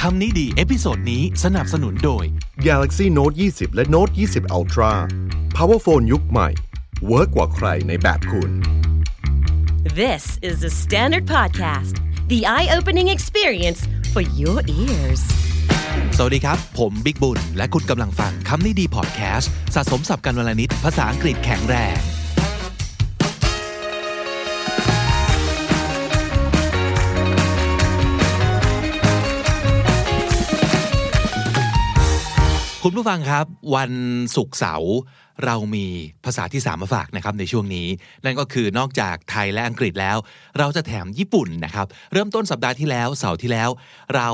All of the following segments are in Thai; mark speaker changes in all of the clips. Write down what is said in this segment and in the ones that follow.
Speaker 1: คำนี้ดีเอพิโซดนี้สนับสนุนโดย
Speaker 2: Galaxy Note 20 และ Note 20 Ultra Power Phone ยุคใหม่เวิร์กกว่าใครในแบบคุณ
Speaker 3: This is the Standard Podcast, the eye opening experience for your ears.
Speaker 1: สวัสดีครับ ผมบิ๊กบุญ และคุณกำลังฟังคำนี้ดีพอดแคสต์สะสมสับกันวลนิดภาษาอังกฤษแข็งแรง คุณผู้ฟังครับ วันศุกร์เสาร์เรามีภาษาที่ 3 มาฝากนะครับในช่วงนี้ นั่นก็คือนอกจากไทยและอังกฤษแล้ว เราจะแถมญี่ปุ่นนะครับ เริ่มต้นสัปดาห์ที่แล้วเสาร์ที่แล้ว เรา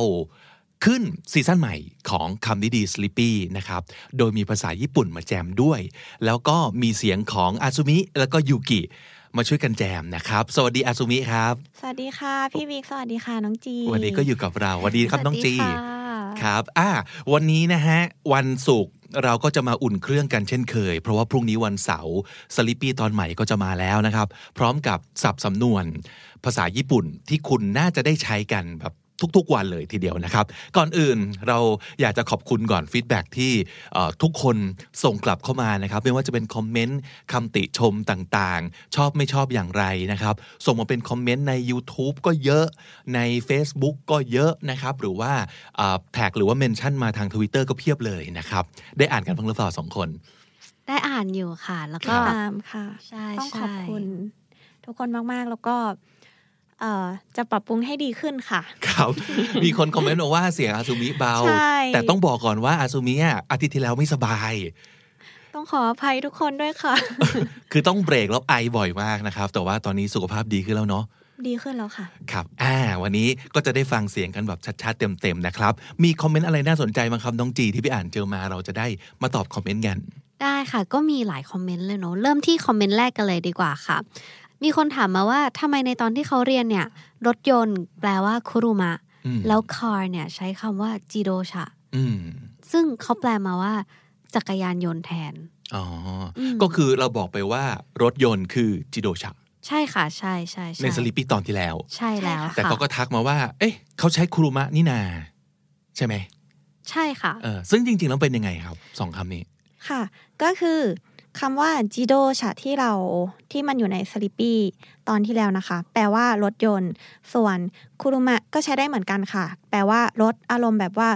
Speaker 1: ขึ้นซีซั่นใหม่ของคำนี้ดี Sleepy นะครับ โดยมีภาษาญี่ปุ่นมาแจมด้วย แล้วก็มีเสียงของอาซุมิแล้วก็ยูกิมาช่วยกันแจมนะครับ สวัสดีอาซุมิครับ
Speaker 4: สวัสดีค่ะ พี่บิ๊กสวัสดีค่ะน้องจี
Speaker 1: วันนี้ก็อยู่กับเราสวัสดีครับน้องจี
Speaker 4: สวัสดีค่ะ
Speaker 1: ครับ อ่า วันนี้นะฮะ วันศุกร์เราก็จะมาอุ่นเครื่องกันเช่นเคย เพราะว่าพรุ่งนี้วันเสาร์สลิปปี้ตอนใหม่ก็จะมาแล้วนะครับ พร้อมกับสับสำนวน ภาษาญี่ปุ่นที่คุณน่าจะได้ใช้กันแบบทุกๆวันเลยทีเดียวนะครับ ก่อนอื่นเราอยากจะขอบคุณก่อนฟีดแบ็กที่เอ่อทุกคนส่งกลับเข้ามานะครับ ไม่ว่าจะเป็นคอมเมนต์คำติชมต่างๆ ชอบไม่ชอบอย่างไรนะครับ ส่งมาเป็นคอมเมนต์ใน YouTube ก็เยอะใน Facebook ก็เยอะนะครับ หรือว่าแท็กหรือว่าเมนชั่นมาทาง Twitter ก็เพียบเลยนะครับ ได้อ่านกันบ้างหรือเปล่าสองคน
Speaker 5: ได้อ่านอยู่ค่ะ แล้วก็
Speaker 4: ตามค่ะ
Speaker 5: ใช่
Speaker 4: ต้องขอบ
Speaker 5: ใช่
Speaker 4: คุณ ทุกคนมากๆ แล้วก็ เอ่อ จะปรับปรุงให้ดีขึ้นค่ะ
Speaker 1: ครับ มีคนคอมเมนต์บอกว่าเสียงอาซูมิเบา
Speaker 4: ใช่
Speaker 1: แต่ต้องบอกก่อนว่าอาซูมิอะอาทิตย์ที่แล้วไม่สบาย
Speaker 4: ต้องขออภัยทุกคนด้วยค่ะ
Speaker 1: คือต้องเบรกแล้วไอบ่อยมากนะครับ แต่ว่าตอนนี้สุขภาพดีขึ้นแล้วเนาะ
Speaker 4: ดีขึ้นแล้วค่ะ
Speaker 1: ครับอ่าวันนี้ก็จะได้ฟังเสียงกันแบบชัดๆ เต็มๆนะครับ มีคอมเมนต์อะไรน่าสนใจบ้างครับน้องจีที่ไปอ่านเจอมาเราจะได้มาตอบคอมเมนต์กัน
Speaker 5: ได้ค่ะ ก็มีหลายคอมเมนต์เลยเนาะเริ่มที่คอมเมนต์แรกกันเลยดีกว่าค่ะ มีคนถามมาว่าทำไมในตอนที่เขาเรียนเนี่ย รถยนต์แปลว่าคุรุมะ
Speaker 1: อืม
Speaker 5: แล้ว car เนี่ยใช้คำว่าจิโดชะ
Speaker 1: อืม
Speaker 5: ซึ่งเขาแปลมาว่า จักรยานยนต์แทน
Speaker 1: อ๋ออ
Speaker 5: ม
Speaker 1: ก็คือเราบอกไปว่ารถยนต์คือจิโดชะ
Speaker 5: ใช่ค่ะ ใช่ใช่ใช่
Speaker 1: ในสลิปปี้ตอนที่แล้ว
Speaker 5: ใช่แล้ว
Speaker 1: แต่
Speaker 5: ค่ะ
Speaker 1: เขาก็ทักมาว่า เอ๊ะเขาใช้คุรุมะนี่นา ใช่ไหม
Speaker 5: ใช่ค่ะ
Speaker 1: เออซึ่งจริงๆแล้วเป็นยังไงครับสองคำนี้
Speaker 4: ค่ะ ก็คือคำว่าจิโดชะที่เราที่มันอยู่ในสลิปปี้ตอนที่แล้วนะคะ แปลว่ารถยนต์ ส่วนคุรุมะก็ใช้ได้เหมือนกันค่ะ แปลว่ารถอารมณ์แบบว่า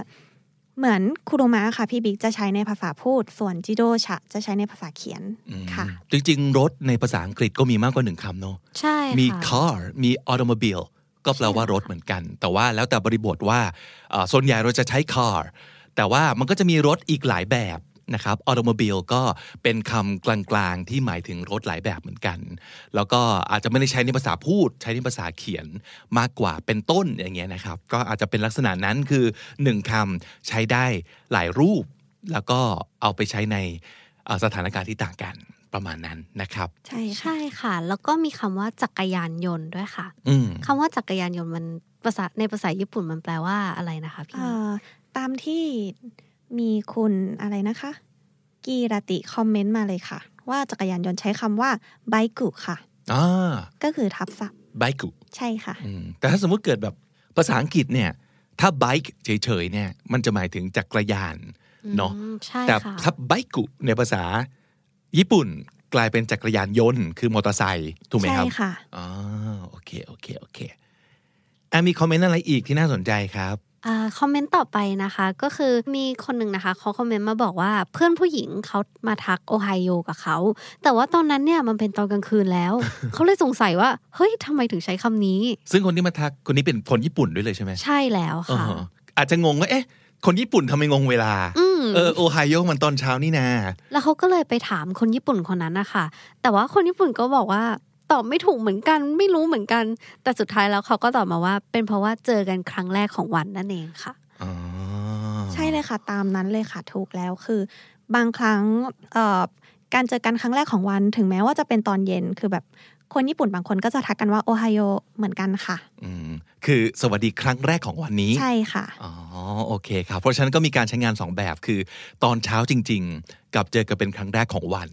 Speaker 4: เหมือนคุรุมะค่ะ พี่บิ๊กจะใช้ในภาษาพูด ส่วนจิโดชะจะใช้ในภาษาเขียน
Speaker 1: อืม
Speaker 4: ค่ะ
Speaker 1: จริงๆ รถในภาษาอังกฤษก็มีมากกว่าหนึ่งคำเนอะ
Speaker 5: ใช่
Speaker 1: มี
Speaker 5: ค่ะ
Speaker 1: car มี automobile ก็แปลว่ารถเหมือนกัน แต่ว่าแล้วแต่บริบทว่าเอ่อส่วนใหญ่เราจะใช้ car แต่ว่ามันก็จะมีรถอีกหลายแบบนะครับ automobile ก็เป็นคำกลางๆ ที่หมายถึงรถหลายแบบเหมือนกัน แล้วก็อาจจะไม่ได้ใช้ในภาษาพูด ใช้ในภาษาเขียนมากกว่าเป็นต้นอย่างเงี้ยนะครับ ก็อาจจะเป็นลักษณะนั้นคือหนึ่งคำใช้ได้หลายรูป แล้วก็เอาไปใช้ในเอ่อสถานการณ์ที่ต่างกันประมาณนั้นนะครับ
Speaker 4: ใช่ค่ะ
Speaker 5: ใช่ค่ะ แล้วก็มีคำว่าจักรยานยนต์ด้วยค่ะ
Speaker 1: อืม
Speaker 5: คำว่าจักรยานยนต์มันภาษาในภาษาญี่ปุ่นมันแปลว่าอะไรนะคะพี่
Speaker 4: เอ่อตามที่มีคุณอะไรนะคะ กีรติคอมเมนต์มาเลยค่ะ ว่าจักรยานยนต์ใช้คำว่าไบกุค่ะ
Speaker 1: อ่า
Speaker 4: ก็คือทับศัพท์
Speaker 1: ไบค์
Speaker 4: ใช่ค่ะ
Speaker 1: แต่ถ้าสมมุติเกิดแบบภาษาอังกฤษเนี่ย ถ้าไบค์เฉยๆเนี่ย มันจะหมายถึงจักรยานเนาะ
Speaker 5: อืมใช่
Speaker 1: แต่
Speaker 5: ค่ะ
Speaker 1: ถ้าไบค์ในภาษาญี่ปุ่นกลายเป็นจักรยานยนต์ คือมอเตอร์ไซค์ถูกไหมค
Speaker 4: ใช่
Speaker 1: รับ
Speaker 4: ค่ะ
Speaker 1: อ๋อโอเค โอเค โอเคอ่ะมีคอมเมนต์อะไรอีกที่น่าสนใจครับ
Speaker 5: อ่าคอมเมนต์ต่อไปนะคะก็คือมีคนหนึ่งนะคะเขาคอมเมนต์มาบอกว่าเพื่อนผู้หญิงเขามาทักโอไฮโอกับเขา แต่ว่าตอนนั้นเนี่ยมันเป็นตอนกลางคืน แล้ว เขาเลยสงสัยว่า เฮ้ยทำไมถึงใช้คำนี้
Speaker 1: ซึ่งคนที่มาทักคนนี้เป็นคนญี่ปุ่นด้วยเลยใช่ไหม
Speaker 5: ใช่แล้ว
Speaker 1: อ๋อ
Speaker 5: ค่ะ
Speaker 1: อาจจะงงว่าเอ๊ะ คนญี่ปุ่นทำไมงงเวลา
Speaker 5: อืม
Speaker 1: เออโอไฮโอมันตอนเช้านี่นา
Speaker 5: แล้วเขาก็เลยไปถามคนญี่ปุ่นคนนั้นนะคะแต่ว่าคนญี่ปุ่นก็บอกว่าตอบไม่ถูกเหมือนกันไม่รู้เหมือนกัน แต่สุดท้ายแล้วเขาก็ตอบมาว่า เป็นเพราะว่าเจอกันครั้งแรกของวันนั่นเองค่ะ
Speaker 1: อ๋อ
Speaker 4: ใช่เลยค่ะ ตามนั้นเลยค่ะถูกแล้วคือ บางครั้งเอ่อการเจอกันครั้งแรกของวัน ถึงแม้ว่าจะเป็นตอนเย็นคือแบบคนญี่ปุ่นบางคนก็จะทักกันว่าโอไฮโอเหมือนกันค่ะ
Speaker 1: อืมคือสวัสดีครั้งแรกของวันนี้
Speaker 4: ใช่ค่ะ
Speaker 1: อ๋อ โอเคครับ เพราะฉะนั้นก็มีการใช้งาน 2 แบบคือ ตอนเช้าจริง ๆ กับเจอกันเป็นครั้งแรกของวัน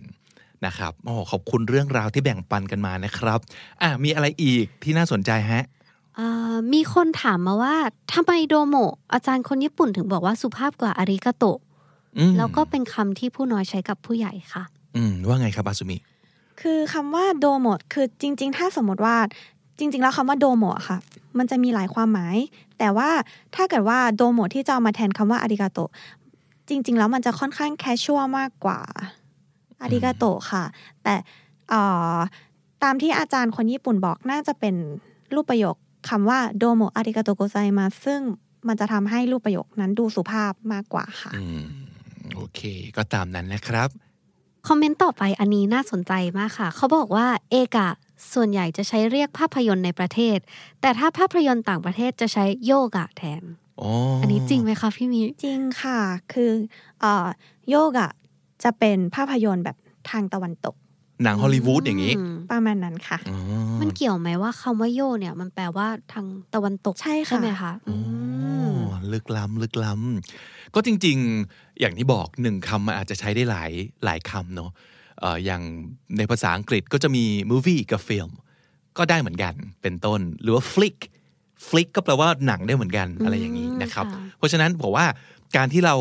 Speaker 1: นะครับโอ้ขอบคุณเรื่องราวที่แบ่งปันกันมานะครับ อ่ะมีอะไรอีกที่น่าสนใจฮะ
Speaker 5: อ่ามีคนถามมาว่าทำไมโดโมะอาจารย์คนญี่ปุ่นถึงบอกว่าสุภาพกว่าอาริกาโตะ
Speaker 1: อืม
Speaker 5: แล้วก็เป็นคำที่ผู้น้อยใช้กับผู้ใหญ่ค่ะ
Speaker 1: อืมว่าไงครับอาสุมิ
Speaker 4: คือคำว่าโดโมดคือจริง ๆ ถ้าสมมติว่าจริง ๆ แล้วคำว่าโดโมะค่ะ มันจะมีหลายความหมาย แต่ว่าถ้าเกิดว่าโดโมะที่จะเอามาแทนคำว่าอาริกาโตะจริง ๆ แล้วมันจะค่อนข้างแคชชัวมากกว่าอาริกาโตะค่ะ แต่เอ่อตามที่อาจารย์คนญี่ปุ่นบอกน่าจะเป็นรูปประโยคคำว่าโดโมะอาริกาโตโกไซมาซึ่งมันจะทำให้รูปประโยคนั้นดูสุภาพมากกว่าค่ะ
Speaker 1: อืม โอเค ก็ตามนั้นนะครับ
Speaker 5: คอมเมนต์ต่อไปอันนี้น่าสนใจมากค่ะ เขาบอกว่าเอกะส่วนใหญ่จะใช้เรียกภาพยนตร์ในประเทศ แต่ถ้าภาพยนตร์ต่างประเทศจะใช้โยกะแทน
Speaker 1: อ๋อ
Speaker 5: อั
Speaker 1: อั
Speaker 5: นนี้จริงไหมคะพี่มี
Speaker 4: จริงค่ะ คือเอ่อโยกอะจะเป็นภาพยนตร์แบบทางตะวันตก
Speaker 1: หนังฮอลลีวูดอย่างนี้
Speaker 5: ม
Speaker 4: ประมาณนั้นค่ะ
Speaker 1: อ๋อ
Speaker 5: มันเกี่ยวไหมว่าคำว่าโยเนี่ย มันแปลว่าทางตะวันตก
Speaker 4: ใช่ค่ะ
Speaker 5: ไหมคะอืม
Speaker 1: อ๋อลึกล้ำลึกล้ำก็จริงๆอย่างที่บอกหนึ่งคำมันอาจจะใช้ได้หลายหลายคำเนาะเอ่ออย่างในภาษาอังกฤษก็จะมี movie กับ film ก็ได้เหมือนกันเป็นต้น หรือว่า flick flick ก็แปลว่าหนังได้เหมือนกันอะไรอย่างนี้นะครับ
Speaker 5: ค่ะ
Speaker 1: เพราะฉะนั้นผมว่าการที่เรา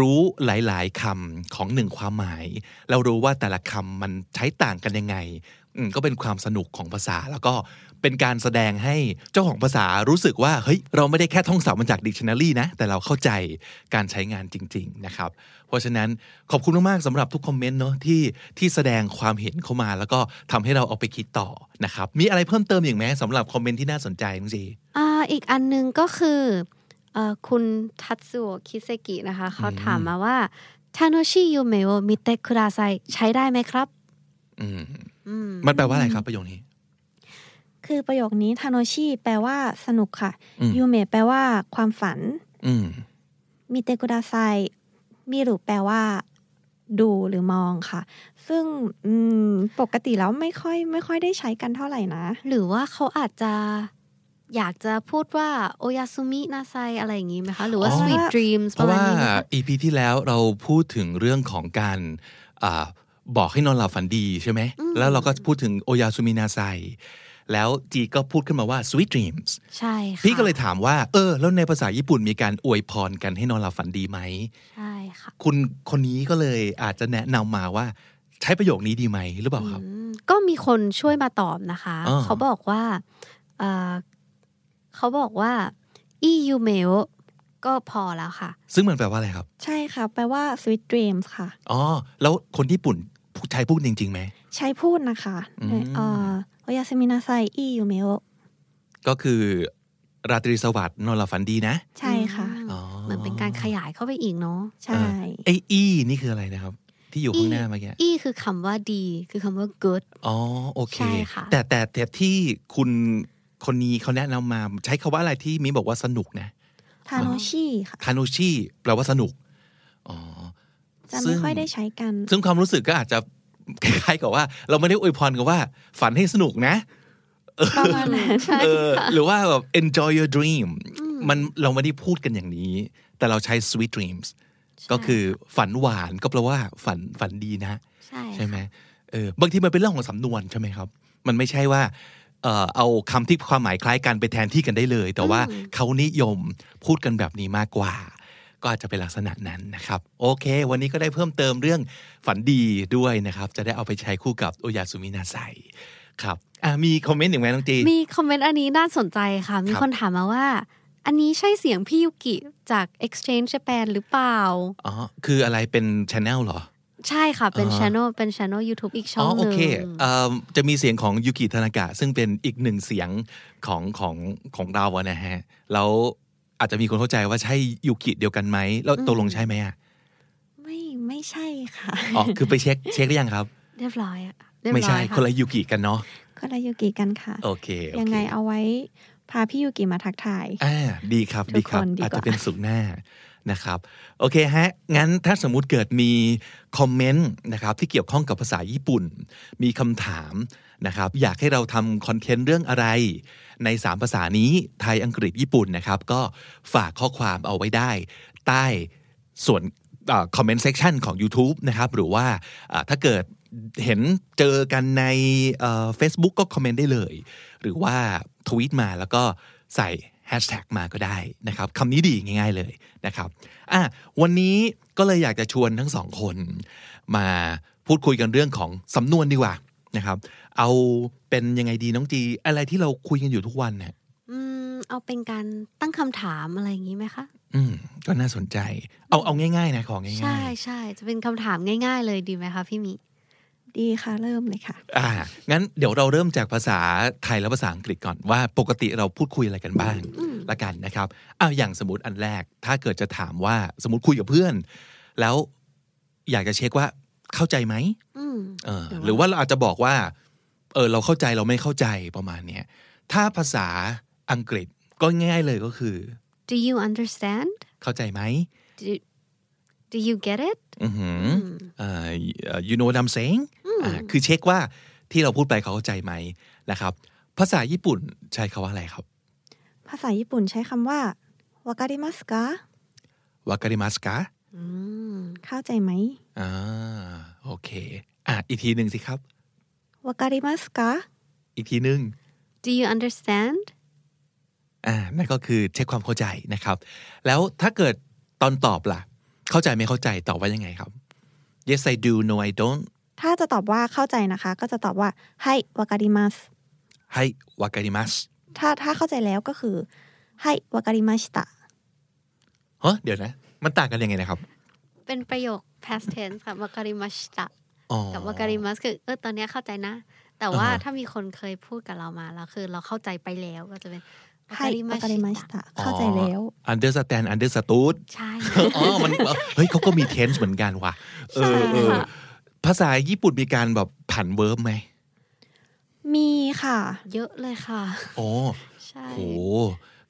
Speaker 1: รู้หลายๆคำของหนึ่งความหมาย เรารู้ว่าแต่ละคำมันใช้ต่างกันยังไงอืมก็เป็นความสนุกของภาษา แล้วก็เป็นการแสดงให้เจ้าของภาษารู้สึกว่าเฮ้ยเราไม่ได้แค่ท่องศัพท์มาจากดิกชันนารีนะ แต่เราเข้าใจการใช้งานจริง ๆ นะครับ เพราะฉะนั้นขอบคุณมากๆสำหรับทุกคอมเมนต์เนาะที่ที่แสดงความเห็นเข้ามา แล้วก็ทำให้เราเอาไปคิดต่อนะครับมีอะไรเพิ่มเติมอย่างไหมสำหรับคอมเมนต์ที่น่าสนใจน้องจี
Speaker 5: อ่าอีกอันหนึงก็คือเอ่อคุณทัตสุโอะคิเซกินะคะ เขาถามมาว่าทาโนชิยูเมโอมิเตคุราไซใช้ได้ไหมครับ
Speaker 1: อืม
Speaker 5: อืม
Speaker 1: มันแปลว่าอะไรครับประโยคนี้
Speaker 4: คือประโยคนี้ทาโนชิแปลว่าสนุกค่ะ
Speaker 1: อืม
Speaker 4: ยูเมะแปลว่าความฝัน
Speaker 1: อืม
Speaker 4: มิเตกุดาไซมิรุแปลว่า ดูหรือมองค่ะ ซึ่งอืมปกติแล้วไม่ค่อย ไม่ค่อยได้ใช้กันเท่าไหร่นะ
Speaker 5: หรือว่าเขาอาจจะอยากจะพูดว่าโอยาซุมินาไซอะไรอย่างนี้ไหมคะ หรือว่า
Speaker 1: อ๋อ
Speaker 5: sweet dreams
Speaker 1: เพ
Speaker 5: ประ
Speaker 1: ราะ
Speaker 5: มาณ
Speaker 1: ว่า
Speaker 5: นี้ไหมคะ
Speaker 1: EP ที่แล้วเราพูดถึงเรื่องของการอ่าบอกให้นอนหลับฝันดีใช่ไหม
Speaker 5: อืม
Speaker 1: แล้วเราก็พูดถึงโอยาซูมินาไซ แล้วจีก็พูดขึ้นมาว่า sweet dreams
Speaker 5: ใช่ค่ะ
Speaker 1: พี่ก็เลยถามว่า เออ แล้วในภาษาญี่ปุ่นมีการอวยพรกันให้นอนหลับฝันดีไหม
Speaker 5: ใช่ค่ะ
Speaker 1: คุณคนนี้ก็เลยอาจจะแนะนำมาว่าใช้ประโยคนี้ดีไหมหรือเปล่าครับ
Speaker 5: อืมก็มีคนช่วยมาตอบนะคะ
Speaker 1: อ่า
Speaker 5: เขาบอกว่าเอ่อเขาบอกว่าอียูเมลก็พอแล้วค่ะ
Speaker 1: ซึ่งมันแปลว่าอะไรครับ
Speaker 4: ใช่ค่ะ แปลว่า sweet dreams ค่ะ
Speaker 1: อ๋อ แล้วคนญี่ปุ่นใช้พูดจริงๆไหม
Speaker 4: ใช้พูดนะคะ
Speaker 1: อืม
Speaker 4: ในเอ่อโอยาสมินาไซอียูเมะ
Speaker 1: ก็คือ ราตรีสวัสดิ์นอนหลับฝันดีนะ
Speaker 4: ใช่ค่ะ
Speaker 5: อืมเหมือนเป็นการขยายเข้าไปอีกเนาะ
Speaker 4: ใช่
Speaker 1: ไออีนี่คืออะไรนะครับ ที่อยู่ข้างหน้าเมื่อกี้
Speaker 5: อีคือคำว่าดี คือคำว่า good
Speaker 1: อ๋อโอเค
Speaker 5: ใช่ค่ะ
Speaker 1: แต่แต่แต่ที่คุณคนนี้เขาแนะนำมา ใช้คาว่าอะไรที่มิบอกว่าสนุกนะ
Speaker 4: ทาโนชิค่ะ
Speaker 1: ทานุชิแปลว่าสนุก อ๋อ
Speaker 4: จะ
Speaker 1: ซึ่
Speaker 4: ไม่
Speaker 1: ง
Speaker 4: ค่อยได้ใช้กัน
Speaker 1: ซึ่งความรู้สึกก็อาจจะ คล้ายๆกับว่า เราไม่ได้อวยพรกับว่า ฝันให้สนุกนะ
Speaker 4: ประมาณนั้น
Speaker 5: ใช่
Speaker 1: เออ
Speaker 5: ค่ะ
Speaker 1: หรือว่าแบบ enjoy your dream มันเราไม่ได้พูดกันอย่างนี้ แต่เราใช้ sweet dreams ก็คือฝันหวานก็แปลว่าฝันฝันดีนะ
Speaker 5: ใช่
Speaker 1: ใช่ไหมเออบางทีมันเป็นเรื่องของสำนวนใช่ไหมครับ มันไม่ใช่ว่าเอ่อเอาคำที่ความหมายคล้ายกันไปแทนที่กันได้เลย แต่ว่าเขานิยมพูดกันแบบนี้มากกว่า ก็อาจจะเป็นลักษณะนั้นนะครับ โอเค วันนี้ก็ได้เพิ่มเติมเรื่องฝันดีด้วยนะครับ จะได้เอาไปใช้คู่กับโอยาสุมินาไซครับอ่ะมีคอมเมนต์อย่างไรน้องจี
Speaker 5: มีคอมเมนต์อันนี้น่าสนใจค่ะ มี
Speaker 1: ครับ
Speaker 5: คนถามมาว่า อันนี้ใช่เสียงพี่ยุกิจาก Exchange Japan หรือเปล่า
Speaker 1: อ๋อคืออะไรเป็นชแนลเหรอ
Speaker 5: ใช่ค่ะ เป็น
Speaker 1: อ่า
Speaker 5: ช anel เป็นช anel YouTube อีกช่
Speaker 1: อ๋
Speaker 5: อ
Speaker 1: อง
Speaker 5: ห
Speaker 1: โอ
Speaker 5: นึ่ง
Speaker 1: เคเอิ่มจะมีเสียงของยูกิธนากะ ซึ่งเป็นอีกหนึ่งเสียงของของของเราอะนะฮะ แล้วอาจจะมีคนเข้าใจว่าใช่ยูกิเดียวกันไหมแล้วตกลงใช่ไหมอะ
Speaker 4: ไม่ไม่ใช่ค่ะ
Speaker 1: อ๋อ คือไปเช็คเช็คได้ยังครับ
Speaker 5: เรียบร้อยอะเรียบ
Speaker 1: ไม่
Speaker 5: ร้อย
Speaker 1: ใช่
Speaker 5: ค่ะ
Speaker 1: คนละยูกิกันเนาะ
Speaker 4: ก็เลยยูกิกันค่ะ
Speaker 1: โอเคโอเค
Speaker 4: ยังไงเอาไว้ พาพี่ยูกิมาทักทาย
Speaker 1: อ่าดีครับ
Speaker 4: ทุ
Speaker 1: ดี
Speaker 4: ก
Speaker 1: ค
Speaker 4: ค
Speaker 1: รั
Speaker 4: น
Speaker 1: บ
Speaker 4: ดีกว่า
Speaker 1: อาจจะเป็นสุขหน้านะครับ โอเคฮะ งั้นถ้าสมมุติเกิดมีคอมเมนต์นะครับที่เกี่ยวข้องกับภาษาญี่ปุ่น มีคำถามนะครับ อยากให้เราทำคอนเทนต์เรื่องอะไร ใน 3 ภาษานี้ไทยอังกฤษญี่ปุ่นนะครับ ก็ฝากข้อความเอาไว้ได้ ใต้ส่วนคอมเมนต์เซ t ชันของ YouTube นะครับ หรือว่าอ่าถ้าเกิดเห็นเจอกันในเอ่อ Facebook ก็คอมเมนต์ได้เลย หรือว่าทวีตมาแล้วก็ใส่แฮชแท็กมาก็ได้นะครับคำนี้ดีง่าย ๆเลยนะครับอ่ะวันนี้ก็เลยอยากจะชวนทั้งสองคน มาพูดคุยกันเรื่องของสำนวนดีกว่านะครับ เอาเป็นยังไงดีน้องจี อะไรที่เราคุยกันอยู่ทุกวันเนี่ย
Speaker 5: อืมเอาเป็นการตั้งคำถามอะไรอย่างนี้ไหมคะ
Speaker 1: อืมก็น่าสนใจ เอาเอาง่ายๆนะของง่ายๆ
Speaker 5: ใช่ใช่จะเป็นคำถามง่าย ๆ เลยดีไหมคะพี่มิ
Speaker 4: ดีค่ะเริ่มเลยค่ะ
Speaker 1: อ่างั้นเดี๋ยวเราเริ่มจากภาษาไทยและภาษาอังกฤษก่อนว่าปกติเราพูดคุยอะไรกันบ้างละกันนะครับอ้าวอย่างสมมติอันแรก ถ้าเกิดจะถามว่าสมมติคุยกับเพื่อน แล้วอยากจะเช็คว่าเข้าใจไหม
Speaker 5: อืม
Speaker 1: เออหรือว่าเราอาจจะบอกว่าเออเราเข้าใจเราไม่เข้าใจประมาณเนี้ยถ้าภาษาอังกฤษก็ง่ายเลยก็คือ
Speaker 5: do you understand
Speaker 1: เข้าใจไหม
Speaker 5: do do you get it
Speaker 1: อือหือเอ่อ you know what I'm saying อ่าคือเช็คว่าที่เราพูดไปเขาเข้าใจไหมนะครับ ภาษาญี่ปุ่นใช้คาว่าอะไรครับ
Speaker 4: ภาษาญี่ปุ่นใช้คำว่าวากา r ิมัสกะ
Speaker 1: วากา r ิมัสกะ
Speaker 5: อืม
Speaker 4: เข้าใจไหม
Speaker 1: อ่าโอเค อ่ะอีกทีหนึ่งสิครับ
Speaker 4: วากา r ิมัสกะ
Speaker 1: อีกทีหนึ่ง
Speaker 5: do you understand
Speaker 1: อ่านั่นก็คือเช็คความเข้าใจนะครับ แล้วถ้าเกิดตอนตอบล่ะ เข้าใจไม่เข้าใจตอบว่ายังไงครับ yes I do no I don't
Speaker 4: ถ้าจะตอบว่าเข้าใจนะคะ ก็จะตอบว่าไฮวากา r ิมัส
Speaker 1: hi วากา r ิมัส
Speaker 4: ถ้าถ้าเข้าใจแล้วก็คือไฮวากา r ิมัสตะ
Speaker 1: เฮ้เดี๋ยวนะ มันต่างกันยังไงนะครับ
Speaker 5: เป็นประโยค past tense ค่ะวากา r ิมัชตะ
Speaker 1: อ๋อ
Speaker 5: กับวากา r ิมัสคือเออตอนเนี้ยเข้าใจนะ แต่ว่า
Speaker 1: อ่าฮะ
Speaker 5: ถ้ามีคนเคยพูดกับเรามาแล้วคือเราเข้าใจไปแล้วก็จะเป็นวา
Speaker 4: ไฮ
Speaker 5: กา r ิมั
Speaker 4: วา
Speaker 5: ช
Speaker 4: กา r ิมัส
Speaker 5: ตะ
Speaker 4: ตะเข้าใจแล้ว
Speaker 1: อ๋อ understand understood
Speaker 5: ใช่
Speaker 1: อ๋อ มัน เฮ้ยเขาก็มีเทนส์เหมือนกันว่ะ เออเออ
Speaker 5: ใช่ค่ะ
Speaker 1: ภาษาญี่ปุ่นมีการแบบผันเวิร์บไหม
Speaker 4: มีค่ะ
Speaker 5: เยอะเลยค่ะ
Speaker 1: โอ้
Speaker 5: ใช่
Speaker 1: โห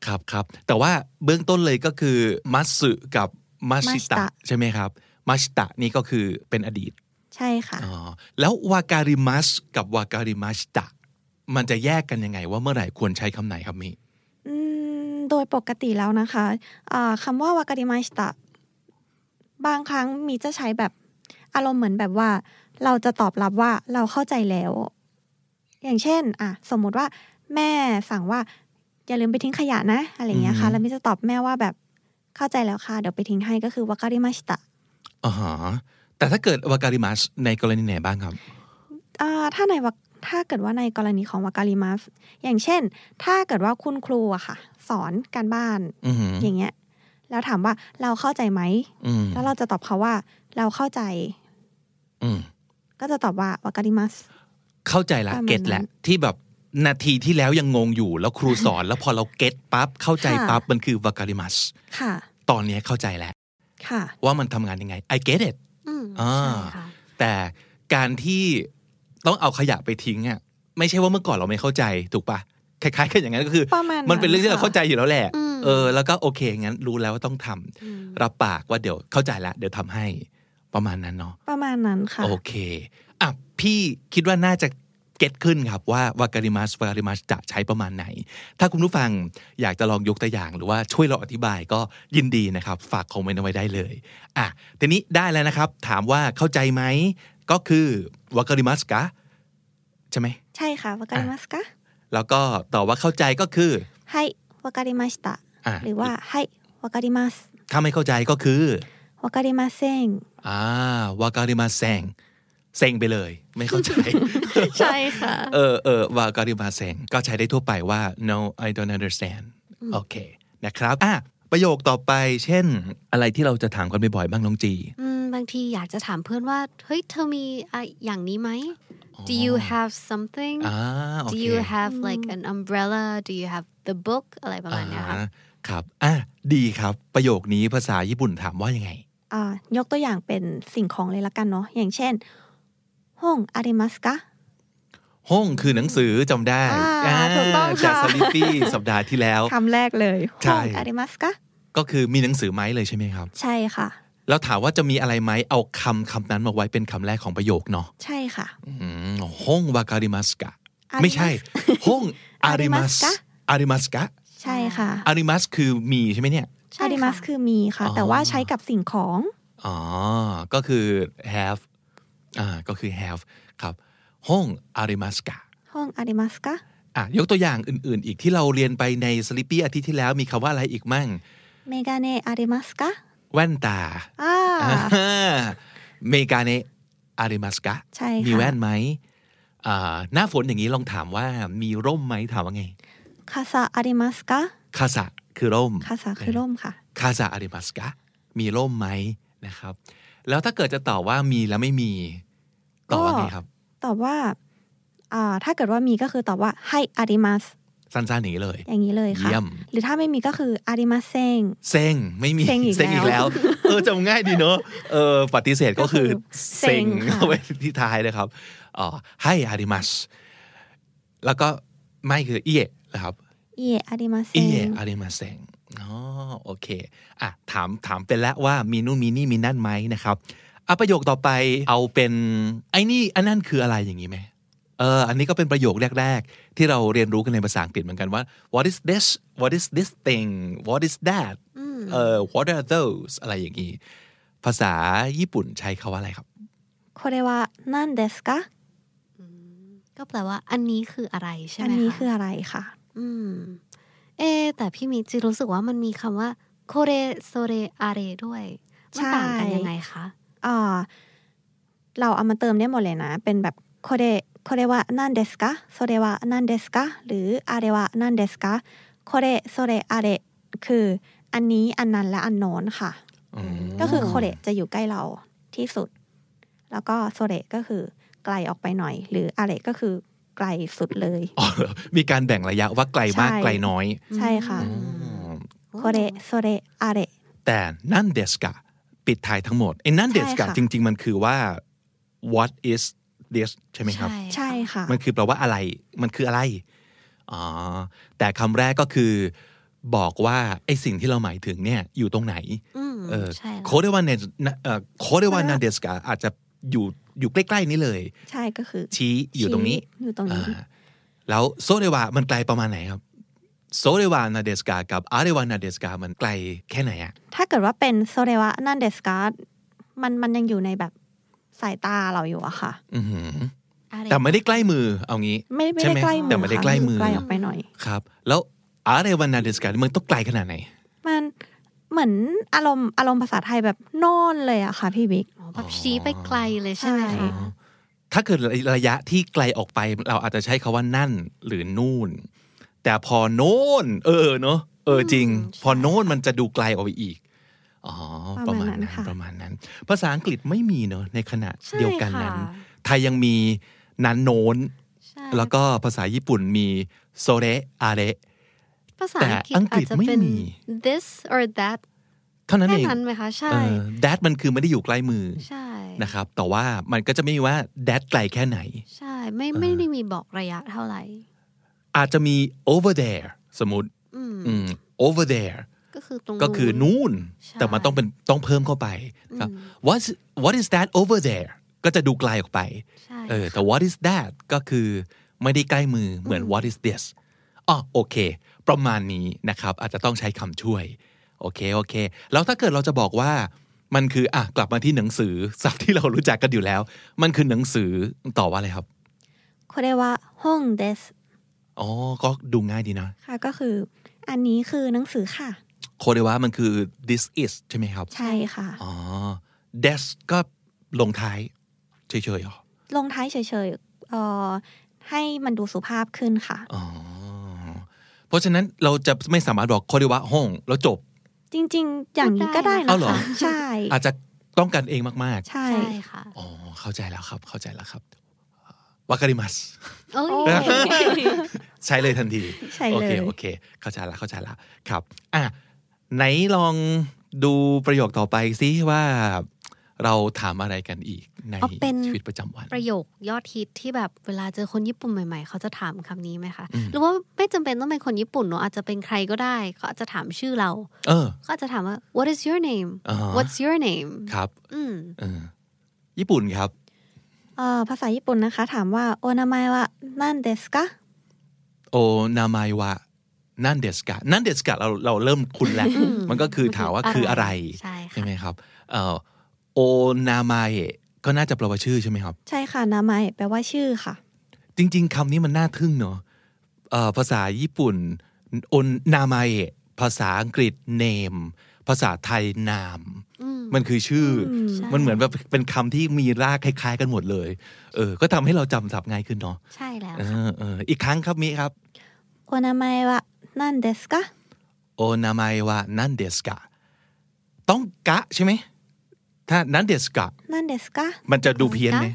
Speaker 1: ครับครับ แต่ว่าเบื้องต้นเลยก็คือมัตสึกับมาชิตะ
Speaker 4: Mashita
Speaker 1: ใช่ไหมครับ มาชิตะนี่ก็คือเป็นอดีต
Speaker 4: ใช่ค่ะ
Speaker 1: อ๋อ แล้ววาการิมัสกับวาการิมาชิตะ มันจะแยกกันยังไงว่าเมื่อไหร่ควรใช้คำไหนครับมิ
Speaker 4: อืมโดยปกติแล้วนะคะอ่าคำว่าวากา r ิมาชิตะ บางครั้งมีจะใช้แบบอารมณ์เหมือนแบบว่า เราจะตอบรับว่าเราเข้าใจแล้ว อย่างเช่น อ่ะ สมมุติว่า แม่สั่งว่า อย่าลืมไปทิ้งขยะนะ อะไรอย่างเงี้ยค่ะ
Speaker 1: อือฮึ
Speaker 4: แล้วมิจะตอบแม่ว่าแบบเข้าใจแล้วค่ะ เดี๋ยวไปทิ้งให้ก็คือวากา r ิมาชิตะ
Speaker 1: อ๋อฮะแต่ถ้าเกิดวาการิมัสในกรณีไหนบ้างครับ
Speaker 4: อ่าถ้าในวาถ้าเกิดว่าในกรณีของวากา r ิมาสอย่างเช่น ถ้าเกิดว่าคุณครูอะค่ะ สอนการบ้าน
Speaker 1: อือหือ
Speaker 4: อย่างเงี้ย แล้วถามว่าเราเข้าใจไหม
Speaker 1: อืม
Speaker 4: แล้วเราจะตอบเขาว่าเราเข้าใจ
Speaker 1: อืม
Speaker 4: ก็จะตอบว่าวากา r ิมัส
Speaker 1: เข้าใจละ
Speaker 4: ประมาณ
Speaker 1: เก็ตแหละ
Speaker 4: นั้น
Speaker 1: ที่แบบนาทีที่แล้วยังงงอยู่แล้วครูสอน แล้วพอเราเก็ตปั๊บเข้าใจ
Speaker 4: ค่ะ
Speaker 1: ปั๊บมันคือวากาลิมัส
Speaker 4: ค่ะ
Speaker 1: ตอนนี้เข้าใจแล้ว
Speaker 4: ค่ะ
Speaker 1: ว่ามันทำงานยังไง I get it
Speaker 5: อืม
Speaker 1: อ่า
Speaker 5: ใช่ค่ะ
Speaker 1: แต่การที่ต้องเอาขยะไปทิ้งอ่ะไม่ใช่ว่าเมื่อก่อนเราไม่เข้าใจถูกปะคล้ายๆกันอย่างนั้นก็คือ
Speaker 4: ประมาณ
Speaker 1: มันเป็นเรื่องที่เราเข้าใจอยู่แล้วแหละ
Speaker 5: อืม
Speaker 1: เออ แล้วก็โอเคงั้นรู้แล้วว่าต้องทำ
Speaker 5: อืม
Speaker 1: รับปากว่าเดี๋ยวเข้าใจละเดี๋ยวทำให้ประมาณนั้นเนาะ
Speaker 4: ประมาณนั้นค่ะ
Speaker 1: โอเค อ่ะ พี่คิดว่าน่าจะเก็ตขึ้นครับว่าวากา r ิมัสวากา r ิมัสจะใช้ประมาณไหน ถ้าคุณผู้ฟังอยากจะลองยกตัวอย่าง หรือว่าช่วยเราอธิบายก็ยินดีนะครับ ฝากคอมเมนต์เอาไว้ได้เลย อ่ะ ทีนี้ได้แล้วนะครับ ถามว่าเข้าใจไหม ก็คือวากา r ิมัสกะใช่ไหม
Speaker 4: ใช่ค่ะวากา r ิมัสกะ
Speaker 1: แล้วก็ตอบว่าเข้าใจก็คือ
Speaker 4: ไฮวากา r ิมาชิตะ
Speaker 1: อ่ะ
Speaker 4: หรือว่าไฮวากา r ิมัส
Speaker 1: ถ้าไม่เข้าใจก็คือ
Speaker 4: วากา r ิมาเซง
Speaker 1: อ่าวากา r ิมัสแซงเซงไปเลย ไม่เข้าใจ
Speaker 5: ใช่ค่ะ
Speaker 1: เออเออวากา r ิมาเซงก็ใช้ได้ทั่วไปว่า no I don't understand โอเค นะครับ อ่ะ ประโยคต่อไป เช่น อะไรที่เราจะถามกันบ่อยๆบ้างน้องจี
Speaker 5: อืมบางทีอยากจะถามเพื่อนว่า เฮ้ย เธอมีอะอย่างนี้ไหม Do you have something
Speaker 1: อ่าโอ
Speaker 5: Do
Speaker 1: เค
Speaker 5: you have like an umbrella Do you have the book อะไรประมาณเนี้ยค่ะ
Speaker 1: อ่าครับ อ่ะ ดีครับ ประโยคนี้ภาษาญี่ปุ่นถามว่ายังไง
Speaker 4: อ่ายกตัวอย่างเป็นสิ่งของเลยละกันเนาะอย่างเช่นห้องอาริมัสกะ
Speaker 1: ห้องคือหนังสือจำได้
Speaker 4: อ่าถูกต้องค่ะ
Speaker 1: จากสลิปปี้สัปดาห์ที่แล้ว
Speaker 4: คำแรกเลย
Speaker 1: ใช่
Speaker 4: ห้องอาริมัสกะ
Speaker 1: ก็คือมีหนังสือไหมเลยใช่ไหมครับ
Speaker 4: ใช่ค่ะ
Speaker 1: แล้วถามว่าจะมีอะไรไหมเอาคำคำนั้นมาไว้เป็นคำแรกของประโยคเนาะ
Speaker 4: ใช่ค่ะ
Speaker 1: อืมห้องวากา r ิมัสกะ
Speaker 4: Arimas
Speaker 1: ไม่ใช่ ห้ องอาริมัส
Speaker 4: Arimaska
Speaker 1: อาริมัสกะ
Speaker 4: ใช่ค่ะ
Speaker 1: อาริมัสคือมีใช่ไหมเนี่ย
Speaker 5: ใช่
Speaker 4: อาริมัส
Speaker 5: ค่ะ
Speaker 4: คือมีค่ะ
Speaker 1: อ๋อ
Speaker 4: แต่ว่าใช้กับสิ่งของ
Speaker 1: อ๋อ ก็คือ have อ่าก็คือ have ครับ ห้องอาริมัสกะ
Speaker 4: ห้องอาริมัสกะ
Speaker 1: อ่ะยกตัวอย่างอื่น ๆ อีกที่เราเรียนไปใน Sleepy อาทิตย์ที่แล้วมีคำว่าอะไรอีกมั่ง
Speaker 4: เมกาเนอาริมัสกะ
Speaker 1: แว่นตา
Speaker 4: อ่า
Speaker 1: อ่าเมกาเนอาริมัสกะ
Speaker 4: ใช่ค่ะ
Speaker 1: มีแว่นไหมอ่าหน้าฝนอย่างนี้ลองถามว่ามีร่มไหมถามว่าไง
Speaker 4: คาซาอาริมัสกะ
Speaker 1: คาสะคือร่ม
Speaker 4: คาซาคือร่มค่ะ
Speaker 1: คาซาอาริมัสกะมีร่มไหมนะครับ แล้วถ้าเกิดจะตอบว่ามีแล้วไม่มีตอบว่าไงครับ
Speaker 4: ตอบว่าอ่าถ้าเกิดว่ามีก็คือตอบว่าให้อาริมัส
Speaker 1: สั้นๆอย่างนี้เลย
Speaker 4: อย่างนี้เลยค่ะ
Speaker 1: เยี่ยม
Speaker 4: หรือถ้าไม่มีก็คืออาริมัสเซง
Speaker 1: เซ็งไม่มี
Speaker 4: เซ็งอีกแล้ว
Speaker 1: เออจำง่ายดีเนอะเออปฏิเสธก็คือเซ็งเข้าไปที่ท้ายนะครับอ๋อให้อาริมัสแล้วก็ไม่คือเอะนะครับ
Speaker 4: เออาริมัสเซ
Speaker 1: เอี
Speaker 4: ง
Speaker 1: ยอาริมาเซงอ๋อโอเค อ่ะ ถามถามไปแล้วว่ามีนู่นมีนี่มีนั่นไหมนะครับเอาประโยคต่อไปเอาเป็นไอ้นี่อันนั่นคืออะไรอย่างนี้ไหมเออ อันนี้ก็เป็นประโยคแรก ๆ ที่เราเรียนรู้กันในภาษาอังกฤษเหมือนกันว่า what is this what is this thing what is that เออ what are those อะไรอย่างนี้ ภาษาญี่ปุ่นใช้คาว่าอะไรครับ
Speaker 4: โคเรวะนั่นเดสกะ
Speaker 5: ก็แปลว่าอันนี้คืออะไรใช่ไห
Speaker 4: อั
Speaker 5: ม
Speaker 4: น
Speaker 5: คะ
Speaker 4: นี้คืออะไรค่ะ
Speaker 5: อืม เอะแต่พี่มิจิรู้สึกว่ามันมีคำว่าโคเรโซเรอาเรด้วยมันต่างกันยังไงคะ
Speaker 4: อ่าเราเอามาเติมได้หมดเลยนะ เป็นแบบโคเรโคเรวะนั่นเดสกะโซเรวะนั่นเดสกะหรืออาเรวะนั่นเดสกะโคเรโซเรอาเรคืออันนี้อันนั้นและอันโน้นค่ะ ก็คือโคเระจะอยู่ใกล้เราที่สุด แล้วก็โซเระก็คือไกลออกไปหน่อย หรืออาเระก็คือไกลสุดเลย
Speaker 1: อ๋อมีการแบ่งระยะว่าไกลมาก
Speaker 4: ใช่
Speaker 1: ไกลน้อย
Speaker 4: ใช่ค่ะ
Speaker 5: อื
Speaker 1: อืม
Speaker 5: โอ้
Speaker 4: โคเระโซเระอาเระ
Speaker 1: แต่นั่นเดสกะปิดท้ายทั้งหมดไอ้นั่นเดสกะ
Speaker 4: ใช่ค่ะ
Speaker 1: จริง ๆ มันคือว่า what is this ใช่ไหมครับ
Speaker 5: ะ
Speaker 4: ใช่ค่ะ
Speaker 1: มันคือแปลว่าอะไรมันคืออะไรอ๋อแต่คำแรกก็คือ บอกว่าไอ้สิ่งที่เราหมายถึงเนี่ยอยู่ตรงไหน
Speaker 5: อืม
Speaker 1: เออ
Speaker 5: ใช่แล้ว
Speaker 1: โคเดวานเนโคเดวานนันเดสกะอาจจะอยู่อยู่ใกล้ ๆ นี้เลย
Speaker 4: ใช่ก็คือ
Speaker 1: ชี้อยู่ตรงนี้
Speaker 4: ชี้อยู่ตรงนี้
Speaker 1: อ่าแล้วโซเดวามันไกลประมาณไหนครับโซเดวานาเดสกากับอาเดวานาเดสกามันไกลแค่ไหนอะ
Speaker 4: ถ้าเกิดว่าเป็นโซเรวะนั่นเดสกามันมันยังอยู่ในแบบสายตาเราอยู่อะค่ะ
Speaker 1: อื้อหือ
Speaker 5: อาเร
Speaker 1: แต่ไม่ได้ใกล้มือเอางี้
Speaker 4: ไม่ไม่
Speaker 1: ใช่
Speaker 4: ได้
Speaker 1: ไหม
Speaker 4: ใกล้มือ
Speaker 1: แต่มันได้
Speaker 4: ค่ะ
Speaker 1: ใกล้มือ
Speaker 4: ไกลออกไปหน่อย
Speaker 1: ครับ แล้วอาเรวันนาเดสการมันต้องไกลขนาดไหน
Speaker 4: มันเหมือนอารมณ์อารมณ์ภาษาไทยแบบโน่นเลยอะค่ะพี่บิ๊ก
Speaker 5: อ๋อแบบชี้ไปไกลเลยใช่ไหม
Speaker 4: ใช่
Speaker 5: คะ
Speaker 1: ถ้าเกิดระยะที่ไกลออกไป เราอาจจะใช้คาว่านั่นหรือนู่น แต่พอโน่น เออเนอะเออจริง พอโน่นมันจะดูไกลออกไปอีกอ๋อประมาณนั้นประมาณนั้น ภาษาอังกฤษไม่มีเนอะในขณะ
Speaker 5: ใช่
Speaker 1: เดียวกัน
Speaker 5: ค่ะ
Speaker 1: นั้น ไทยยังมีนั้นโน้น
Speaker 5: ใช่
Speaker 1: แล้วก็ภาษาญี่ปุ่นมีโซเรอาเร
Speaker 5: ภาษา
Speaker 1: แต่อั
Speaker 5: อั
Speaker 1: ง
Speaker 5: ง
Speaker 1: ก
Speaker 5: ก
Speaker 1: ฤ
Speaker 5: ฤ
Speaker 1: ษ
Speaker 5: ษ
Speaker 1: ไม่
Speaker 5: ไม่
Speaker 1: มี
Speaker 5: มี this or that
Speaker 1: เท่านั้น
Speaker 5: แค่
Speaker 1: เอง
Speaker 5: นั้นไหมคะ ใช่
Speaker 1: เออ that มันคือไม่ได้อยู่ใกล้มือ
Speaker 5: ใช่
Speaker 1: นะครับแต่ว่ามันก็จะไม่มีว่าแดดไกลแค่ไหน
Speaker 5: ใช่ ไม่ไม่ได้มีบอกระยะเท่าไหร่
Speaker 1: อาจจะมี over there สมมติ
Speaker 5: อืม
Speaker 1: อืม over there
Speaker 5: ก็คือตรง
Speaker 1: ก็คือนู่น
Speaker 5: ใช่
Speaker 1: แต่มันต้องเป็นต้องเพิ่มเข้าไปครับ what what is that over there ก็จะดูไกลออกไป
Speaker 5: ใช่
Speaker 1: เออแต่ what is that ก็คือไม่ได้ใกล้มือเหมือน what is this อ๋อโอเค ประมาณนี้นะครับ อาจจะต้องใช้คำช่วย โอเค โอเค แล้วถ้าเกิดเราจะบอกว่ามันคืออ่ะกลับมาที่หนังสือ ศัพท์ที่เรารู้จักกันอยู่แล้ว มันคือหนังสือต่อว่าอะไรครับ
Speaker 4: โคเรวะห้องเดส
Speaker 1: อ๋อ ก็ดูง่ายดีนะ
Speaker 4: ค่ะก็คือ อันนี้คือหนังสือค่ะ
Speaker 1: โคเดวะมันคือ this is ใช่ไหมครับ
Speaker 4: ใช่ค่ะ
Speaker 1: อ๋อ des ก็ลงท้ายเฉยๆเหรอ
Speaker 4: ลงท้ายเฉยๆเอ่อให้มันดูสุภาพขึ้นค่ะ
Speaker 1: อ๋อ เพราะฉะนั้นเราจะไม่สามารถบอกโคเดวะห้องแล้วจบ
Speaker 4: จริงๆ อย่างนี้ก็ได้
Speaker 1: เอา
Speaker 4: นะ
Speaker 1: เหรอ
Speaker 4: คะใช่
Speaker 1: อาจจะต้องการเองมาก
Speaker 4: ใช่
Speaker 5: ใช่ค่ะ
Speaker 1: ๆ อ๋อ เข้าใจแล้วครับ เข้าใจแล้วครับวากาดิมัส
Speaker 5: โอ้ย
Speaker 1: ใช้เลยทันที
Speaker 4: ใช่
Speaker 1: โอ
Speaker 4: เล
Speaker 1: เค
Speaker 4: ย
Speaker 1: โอเค เข้าใจละเข้าใจละครับ อ่ะ ไหนลองดูประโยคต่อไปซิว่าเราถามอะไรกันอีกใน
Speaker 5: เอาเป็น
Speaker 1: ชีวิตประจำวัน
Speaker 5: ประโยคยอดฮิตที่แบบเวลาเจอคนญี่ปุ่นใหม่ๆ เขาจะถามคำนี้ไหมคะ
Speaker 1: อืม
Speaker 5: หรือว่าไม่จำเป็นต้องเป็นคนญี่ปุ่นเนอะอาจจะเป็นใครก็ได้เขาอาจจะถามชื่อเรา
Speaker 1: เออ
Speaker 5: เขาอาจจะถามว่า what is your name
Speaker 1: อ่าฮะ
Speaker 5: what's your name
Speaker 1: ครับ
Speaker 5: อืม
Speaker 1: เออญี่ปุ่นครับ
Speaker 4: เอ่อภาษาญี่ปุ่นนะคะ ถามว่าโอนามายะนั่นเดสกะ
Speaker 1: โอนามายว่านั่นเดสกะนั่นเดสกะเราเราเริ่มคุ้นแล้ว
Speaker 5: อืม
Speaker 1: มันก็คือถามว่าคืออะไร
Speaker 5: ใช่
Speaker 1: ใช่
Speaker 5: ค่ะ
Speaker 1: ไหมครับเอ่อโอนามายก็น่าจะแปลว่าชื่อใช่ไหมครับ
Speaker 4: ใช่ค่ะนามายแปลว่าชื่อค่ะ
Speaker 1: จริง ๆคำนี้มันน่าทึ่งเนอะ เอ่อภาษาญี่ปุ่นอนนามาเอะภาษาอังกฤษเนม ภาษาไทยนาม
Speaker 5: อืม
Speaker 1: มันคือชื่ออ
Speaker 5: ใช่
Speaker 1: มันเหมือนแบบเป็นคำที่มีรากคล้ายๆกันหมดเลย เออ ก็ทำให้เราจำศัพท์ง่ายขึ้นเนาะ
Speaker 5: ใช่แล้ว
Speaker 1: เออเอออีกครั้งครับมิครับ
Speaker 4: โอนามาวะนั่นเดสกะ
Speaker 1: โอนามายว่านันเดสกะ ต้องกะใช่ไหม ถ้านันเดสกะ
Speaker 4: นั่นเดสกะ
Speaker 1: มันจะดูเพี้ยนไหม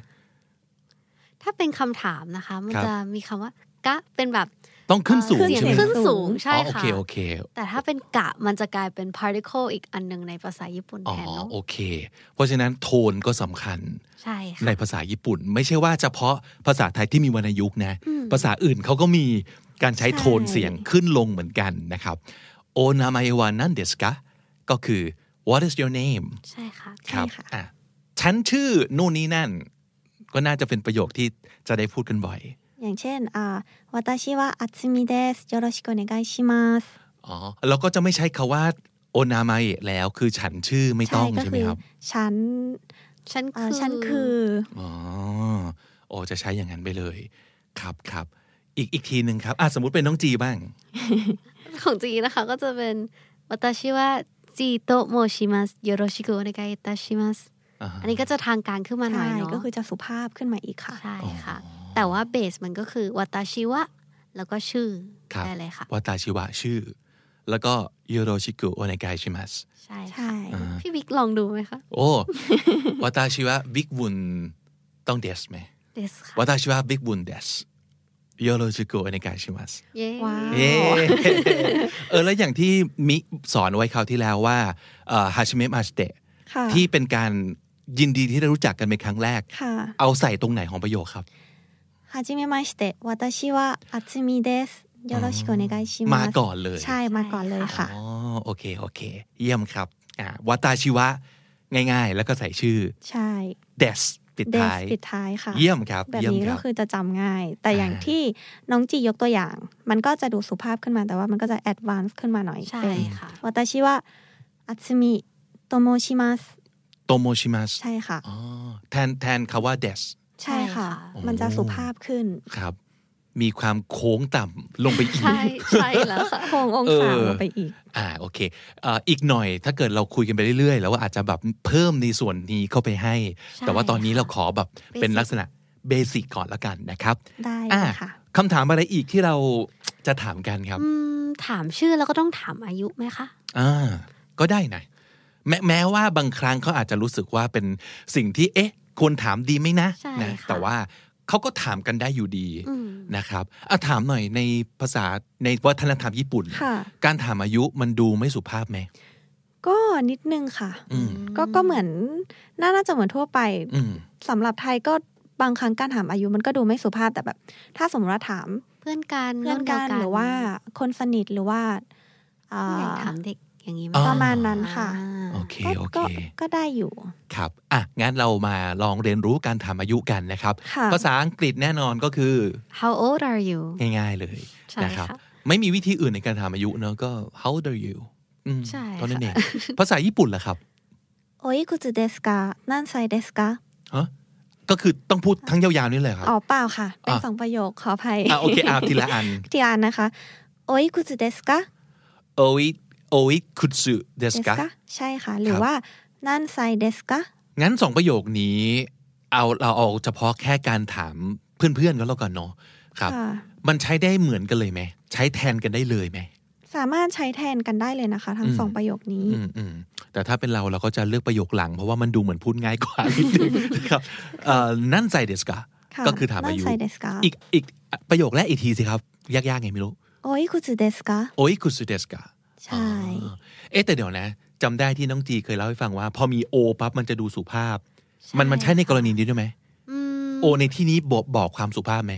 Speaker 5: ถ้าเป็นคำถามนะคะ มัน
Speaker 1: ครับ
Speaker 5: จะมีคำว่ากะเป็นแบบ
Speaker 1: ต้องขึ้นสูงใช่ไหม
Speaker 5: เสียขึ้นสูง
Speaker 1: อ๋
Speaker 5: ใช่
Speaker 1: อโอ
Speaker 5: ค่ะ
Speaker 1: เคโอเค
Speaker 5: แต่ถ้าเป็นกะมันจะกลายเป็น particle อีกอันหนึ่งในภาษาญี่ปุ่น
Speaker 1: อ๋อ
Speaker 5: แทนเนอะ
Speaker 1: โอเค เพราะฉะนั้นโทนก็สำคัญ
Speaker 5: ใช่
Speaker 1: ใน
Speaker 5: ค่ะ
Speaker 1: ภาษาญี่ปุ่น ไม่ใช่ว่าเฉพาะภาษาไทยที่มีวรรณยุกต์นะ
Speaker 5: อืม
Speaker 1: ภาษาอื่นเขาก็มีการใช้โทนเสียงขึ้นลงเหมือนกันนะครับ โอนามายว่านันเดสกะก็คือ what is your name
Speaker 5: ใช่ค่ะ
Speaker 1: ครับอ่ะฉันชื่อนู่นนี่นั่น ก็น่าจะเป็นประโยคที่จะได้พูดกันบ่อย
Speaker 4: อย่างเช่นอ่า私はอัตมิเดสよろしくお願いします
Speaker 1: อ๋อ แล้วก็จะไม่ใช้คาว่าโอนามายแล้ว คือฉันชื่อไม่ต้อง
Speaker 4: ก็
Speaker 1: ใช่ไหม
Speaker 4: คือ
Speaker 1: ครับ
Speaker 4: ฉัน
Speaker 5: ฉัน
Speaker 4: เอ่
Speaker 5: คือ อ
Speaker 4: ฉันคือ
Speaker 1: อ๋อ โอจะใช้อย่างนั้นไปเลย ครับครับ อีกอีกทีหนึ่งครับอ่ะสมมติเป็นน้องจีบ้าง
Speaker 5: ของจีนะคะก็จะเป็น私はจีโตโมชิมัสよろしくお願いいたします
Speaker 1: อ่าฮะ
Speaker 5: อันนี้ก็จะทางการขึ้นมาหน่อย
Speaker 4: ใช่
Speaker 5: เนาะ
Speaker 4: ก็คือจะสุภาพขึ้นมาอีกค่ะ
Speaker 5: ใช่ค่ะ แต่ว่าเบสมันก็คือวาตาชิวะแล้วก็ชื่อ
Speaker 1: ครับ
Speaker 5: ได้เลยค่ะ
Speaker 1: วาตาชิวะชื่อ แล้วก็ย o โรชิกุโอนากายชิมัส
Speaker 5: ใช่ค่ะ
Speaker 4: ใช่
Speaker 5: พี่บิ๊กลองดูไหมคะ
Speaker 1: โอ้ วาตาชิวะบิ๊กบุญต้องเดสไหม
Speaker 5: เดสค่ะ
Speaker 1: 私はビッグブンです。よろしくお願いします。
Speaker 5: เย้
Speaker 4: ว้าว
Speaker 1: เย้เออแล้วอย่างที่มิสอนไว้คราวที่แล้วว่าฮาชิเมะมาชเตะ
Speaker 4: ค่ะ
Speaker 1: ที่เป็นการยินดีที่ได้รู้จักกันเป็นครั้งแรก
Speaker 4: ค่ะ
Speaker 1: เอาใส่ตรงไหนของประโยคครับ
Speaker 4: はじめまして私はอัตมิเดสよろしくお願いします
Speaker 1: มาก่อนเลย
Speaker 4: ใช่มาก่อนเลยค่ะ
Speaker 1: อ๋อโอเคโอเค เยี่ยมครับอ่ะวาตาชิวะ ง่ายๆ แล้วก็ใส่ชื่อ
Speaker 4: ใช่
Speaker 1: เดสปิด
Speaker 4: เดส
Speaker 1: ท้าย
Speaker 4: ปิดท้ายค่ะ
Speaker 1: เยี่ยมครับ
Speaker 4: แบบ
Speaker 1: เยี่ยมค
Speaker 4: นี้ก็
Speaker 1: รับ
Speaker 4: คือจะจำง่าย แต่อย่าง
Speaker 1: อ่า
Speaker 4: ที่น้องจียกตัวอย่าง มันก็จะดูสุภาพขึ้นมาแต่ว่ามันก็จะแอดวานซ์ขึ้นมาหน่อย
Speaker 5: ใช่
Speaker 4: เป็น
Speaker 5: ค่ะ
Speaker 4: วาตาชิวะอัตมิโตโมชิมัส
Speaker 1: โตโมชิมัส
Speaker 4: ใช่ค่ะ
Speaker 1: อ๋อแทนแทนคำว่าเดส
Speaker 4: ใช่ค่ะ
Speaker 5: ใช่ค่ะ
Speaker 4: มันจะสุภาพขึ้น
Speaker 1: ครับ มีความโค้งต่ำลงไปอีก
Speaker 5: ใช่ใช่แล้วค่ะ
Speaker 4: โค้งองศาลงไปอีก
Speaker 1: อ่าโอเคเอ่ออีกหน่อยถ้าเกิดเราคุยกันไปเรื่อยๆ แล้วว่าอาจจะแบบเพิ่มในส่วนนี้เข้าไปให้
Speaker 5: ใช่
Speaker 1: แต่ว่าตอนนี้เราขอแบบ
Speaker 5: ค่ะ
Speaker 1: เป็น
Speaker 5: Basic
Speaker 1: ลักษณะเบสิกก่อนละกันนะครับ
Speaker 4: ได้
Speaker 1: อ่า
Speaker 4: เลยค่ะ
Speaker 1: คำถามอะไรอีกที่เราจะถามกันครับ
Speaker 5: อืมถามชื่อแล้วก็ต้องถามอายุไหมคะ
Speaker 1: อ่าก็ได้นะแม้แม้ว่าบางครั้งเขาอาจจะรู้สึกว่าเป็นสิ่งที่เอ๊ะ ควรถามดีไหมนะ
Speaker 5: ใช่
Speaker 1: นะ
Speaker 5: ค่ะ
Speaker 1: แต่ว่าเขาก็ถามกันได้อยู่ดี
Speaker 5: อืม
Speaker 1: นะครับอ่ะถามหน่อยในภาษาในวัฒนธรรมญี่ปุ่น
Speaker 4: ค่ะ
Speaker 1: การถามอายุมันดูไม่สุภาพไหม
Speaker 4: ก็นิดนึงค่ะ
Speaker 1: อืม
Speaker 4: ก็ก็เหมือนน่าน่าจะเหมือนทั่วไป
Speaker 1: อืม
Speaker 4: สำหรับไทยก็บางครั้งการถามอายุมันก็ดูไม่สุภาพแต่แบบ ถ้าสมมติว่าถาม
Speaker 5: เพื่อนกัน
Speaker 4: เพื่อนกัน
Speaker 5: ดีย
Speaker 4: หรือว่าคนสนิทหรือว่าอ่า
Speaker 5: ผู้ใหญ่ถามเด็กอย่างนี้ไหม
Speaker 1: อ่
Speaker 4: ประมาณนั้นค่ะ
Speaker 5: อ่า
Speaker 1: โอเค
Speaker 4: ก็
Speaker 1: โอเค
Speaker 4: ก็ก็ได้อยู่
Speaker 1: ครับ อ่ะ งั้นเรามาลองเรียนรู้การถามอายุกันนะครับ
Speaker 4: ค่ะ
Speaker 1: ภาษาอังกฤษแน่นอนก็คือ
Speaker 5: How old are you
Speaker 1: ง่ายๆเลย
Speaker 5: ใช่
Speaker 1: นะครับ
Speaker 5: ค่ะ
Speaker 1: ไม่มีวิธีอื่นในการถามอายุเนอะก็ how old are you อืม
Speaker 5: ใช่ค่ะ
Speaker 1: เท่านั้นเอง ภาษาญี่ปุ่นล่ะครับ
Speaker 4: โอ้ยคุณจูเดสกานั่นไซเดสกา
Speaker 1: ฮะก็คือต้องพูดทั้งยาวๆนี่เลยครับ
Speaker 4: อ๋อเปล่าค่ะ เป็น
Speaker 1: อ่ะ
Speaker 4: สองประโยคขออภัย
Speaker 1: อ่ะโอเคอ่ะทีละอัน
Speaker 4: ที่อ่านนะคะ โอ้ยคุณจูเดสกา
Speaker 1: โออิโออิคุต u ุเด
Speaker 4: เด
Speaker 1: ส
Speaker 4: ส
Speaker 1: กะ
Speaker 4: กาใช่ค่ะ หรื
Speaker 1: ค
Speaker 4: อ
Speaker 1: รับ
Speaker 4: ว่านั่นไซเดสกา
Speaker 1: งั้นสองประโยคนี้ เอาเราเอาเฉพาะแค่การถามเพื่อนๆก็แล้วกันเนาะ ครับ
Speaker 4: ค่ะ
Speaker 1: มันใช้ได้เหมือนกันเลยไหม ใช้แทนกันได้เลยไหม
Speaker 4: สามารถใช้แทนกันได้เลยนะคะ ทั้ง
Speaker 1: อืม
Speaker 4: สองประโยคนี้
Speaker 1: อืมอืมแต่ถ้าเป็นเราเราก็จะเลือกประโยคหลัง เพราะว่ามันดูเหมือนพูดง่ายกว่า นิดนึง นะครับเอ่อนั่นใจเดสกะ
Speaker 4: ค่ะ
Speaker 1: ก็คือถามอายุ
Speaker 4: นั่นไซเดสกะ
Speaker 1: อีกอีกประโยคแรกอีกทีสิครับ ยากๆไงไม่รู้
Speaker 4: โอ้ยคุณจูเดสกา
Speaker 1: โอ้ยคุสุเดสกะ
Speaker 4: ใช่
Speaker 1: อ๋อเอ๊ะแต่เดี๋ยวนะจำได้ที่น้องจีเคยเล่าให้ฟังว่า พอมีโอปั๊บมันจะดูสุภาพ มันมันใช่ในกรณีนี้ด้วยไหม
Speaker 5: อืม
Speaker 1: โอในที่นี้บอกบอกความสุภาพไหม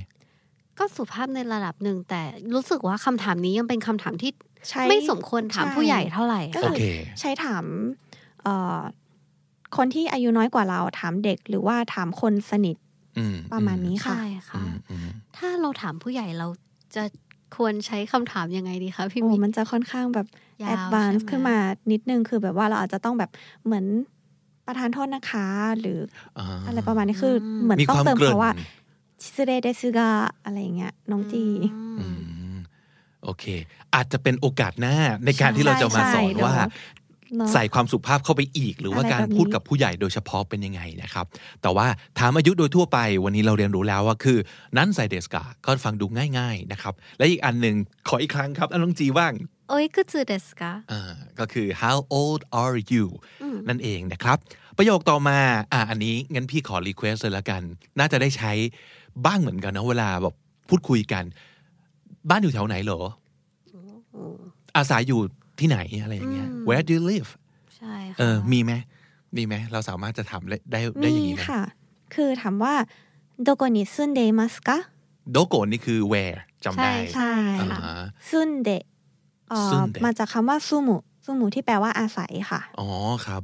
Speaker 5: ก็สุภาพในระดับหนึ่งแต่รู้สึกว่าคำถามนี้ยังเป็นคำถามที่
Speaker 4: ใช้
Speaker 5: ไม่สมควรถาม
Speaker 4: ใช่
Speaker 5: ผู้ใหญ่เท่าไหร่
Speaker 4: ก็
Speaker 1: โอ
Speaker 4: คือ
Speaker 1: เค
Speaker 4: ใช้ถามเอ่อคนที่อายุน้อยกว่าเราถามเด็กหรือว่าถามคนสนิท
Speaker 1: อืม
Speaker 4: ประมาณนี้ค่ะ
Speaker 5: ใช่ค่ะ
Speaker 1: อืมอืม
Speaker 5: ถ้าเราถามผู้ใหญ่เราจะควรใช้คำถามยังไงดีคะพี่
Speaker 4: โอ้
Speaker 5: มิ
Speaker 4: มันจะค่อนข้างแบบ
Speaker 5: ยาว
Speaker 4: แอดวานซ์
Speaker 5: ใช่ไหม
Speaker 4: ขึ้นมานิดนึงคือแบบว่าเราอาจจะต้องแบบเหมือนประธานโทษนะคะ หรือ
Speaker 1: อ่า
Speaker 4: อะไรประมาณนี้คือเหมือน
Speaker 1: มี
Speaker 4: ต้อ
Speaker 1: ค
Speaker 4: ง
Speaker 1: วาม
Speaker 4: เติม
Speaker 1: เกริ่น
Speaker 4: คำว่าชิเรเดซึกะอะไรอย่างเงี้ยน้องจี
Speaker 5: อืม
Speaker 1: อืม โอเค อาจจะเป็นโอกาสหน้าในการ
Speaker 5: ใช่
Speaker 1: ที่เราจะมาสอน
Speaker 4: ใช่เดี๋ยว
Speaker 1: ว่า
Speaker 4: เนอะ
Speaker 1: ใส่ความสุภาพเข้าไปอีก หรือว่า
Speaker 4: อะไร
Speaker 1: การ
Speaker 4: แบบนี้
Speaker 1: พูดกับผู้ใหญ่โดยเฉพาะเป็นยังไงนะครับ แต่ว่าถามอายุโดยทั่วไปวันนี้เราเรียนรู้แล้วว่าคือนั้นไซเดสกาก็ฟังดูง่าย ๆนะครับ และอีกอันหนึ่งขออีกครั้งครับอันน้องจีว่าง
Speaker 5: โอ้ยก็จือเดสกะ
Speaker 1: อ่าก็คือ how old are you
Speaker 5: อืม
Speaker 1: นั่นเองนะครับ ประโยคต่อมาอ่าอันนี้งั้นพี่ขอรีเควสเลยละกัน น่าจะได้ใช้บ้างเหมือนกันนะเวลาแบบพูดคุยกัน บ้านอยู่แถวไหนเหรอ อาศัยอยู่ที่ไหนอะไรอย่างเงี้ย
Speaker 5: อืม
Speaker 1: where do you live
Speaker 5: ใช่ค่ะ
Speaker 1: เออ มีไหม มีไหม เราสามารถจะถามได้ได้ได้
Speaker 4: มี
Speaker 1: อย่างนี้ไหม
Speaker 4: ค่ะ คือถามว่าโดโกนิซุนเดมัสกะ
Speaker 1: โดโกะนี่คือ where จำได้
Speaker 4: ใช่
Speaker 1: อ่า
Speaker 4: ค่ะ
Speaker 1: ฮะ
Speaker 4: ซุนเดเอ่อ
Speaker 1: ซุนเดะ
Speaker 4: มาจากคำว่าซูมุซูมุที่แปลว่าอาศัยค่ะ
Speaker 1: อ๋อครับ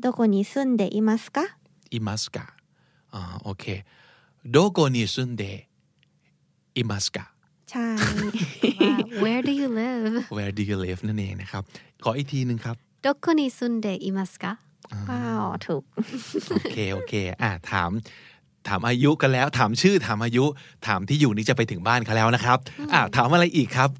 Speaker 4: โดโกนิซุนเดอิมัสกะ
Speaker 1: อิมัสกะอ่าโอเคโดโกนิซุนเดอิมัสกะ
Speaker 4: ใช่
Speaker 5: ว่า where do you live
Speaker 1: where do you live นั่นเองนะครับ ขออีกทีหนึ่งครับ
Speaker 5: どこに住んでいますか
Speaker 1: อ่า
Speaker 4: ว้าวถูก
Speaker 1: โอเคโอเค อ่าถาม ถามอายุกันแล้ว ถามชื่อถามอายุ ถามที่อยู่นี่จะไปถึงบ้านเขาแล้วนะครับ อ่าถามอะไรอีกครับ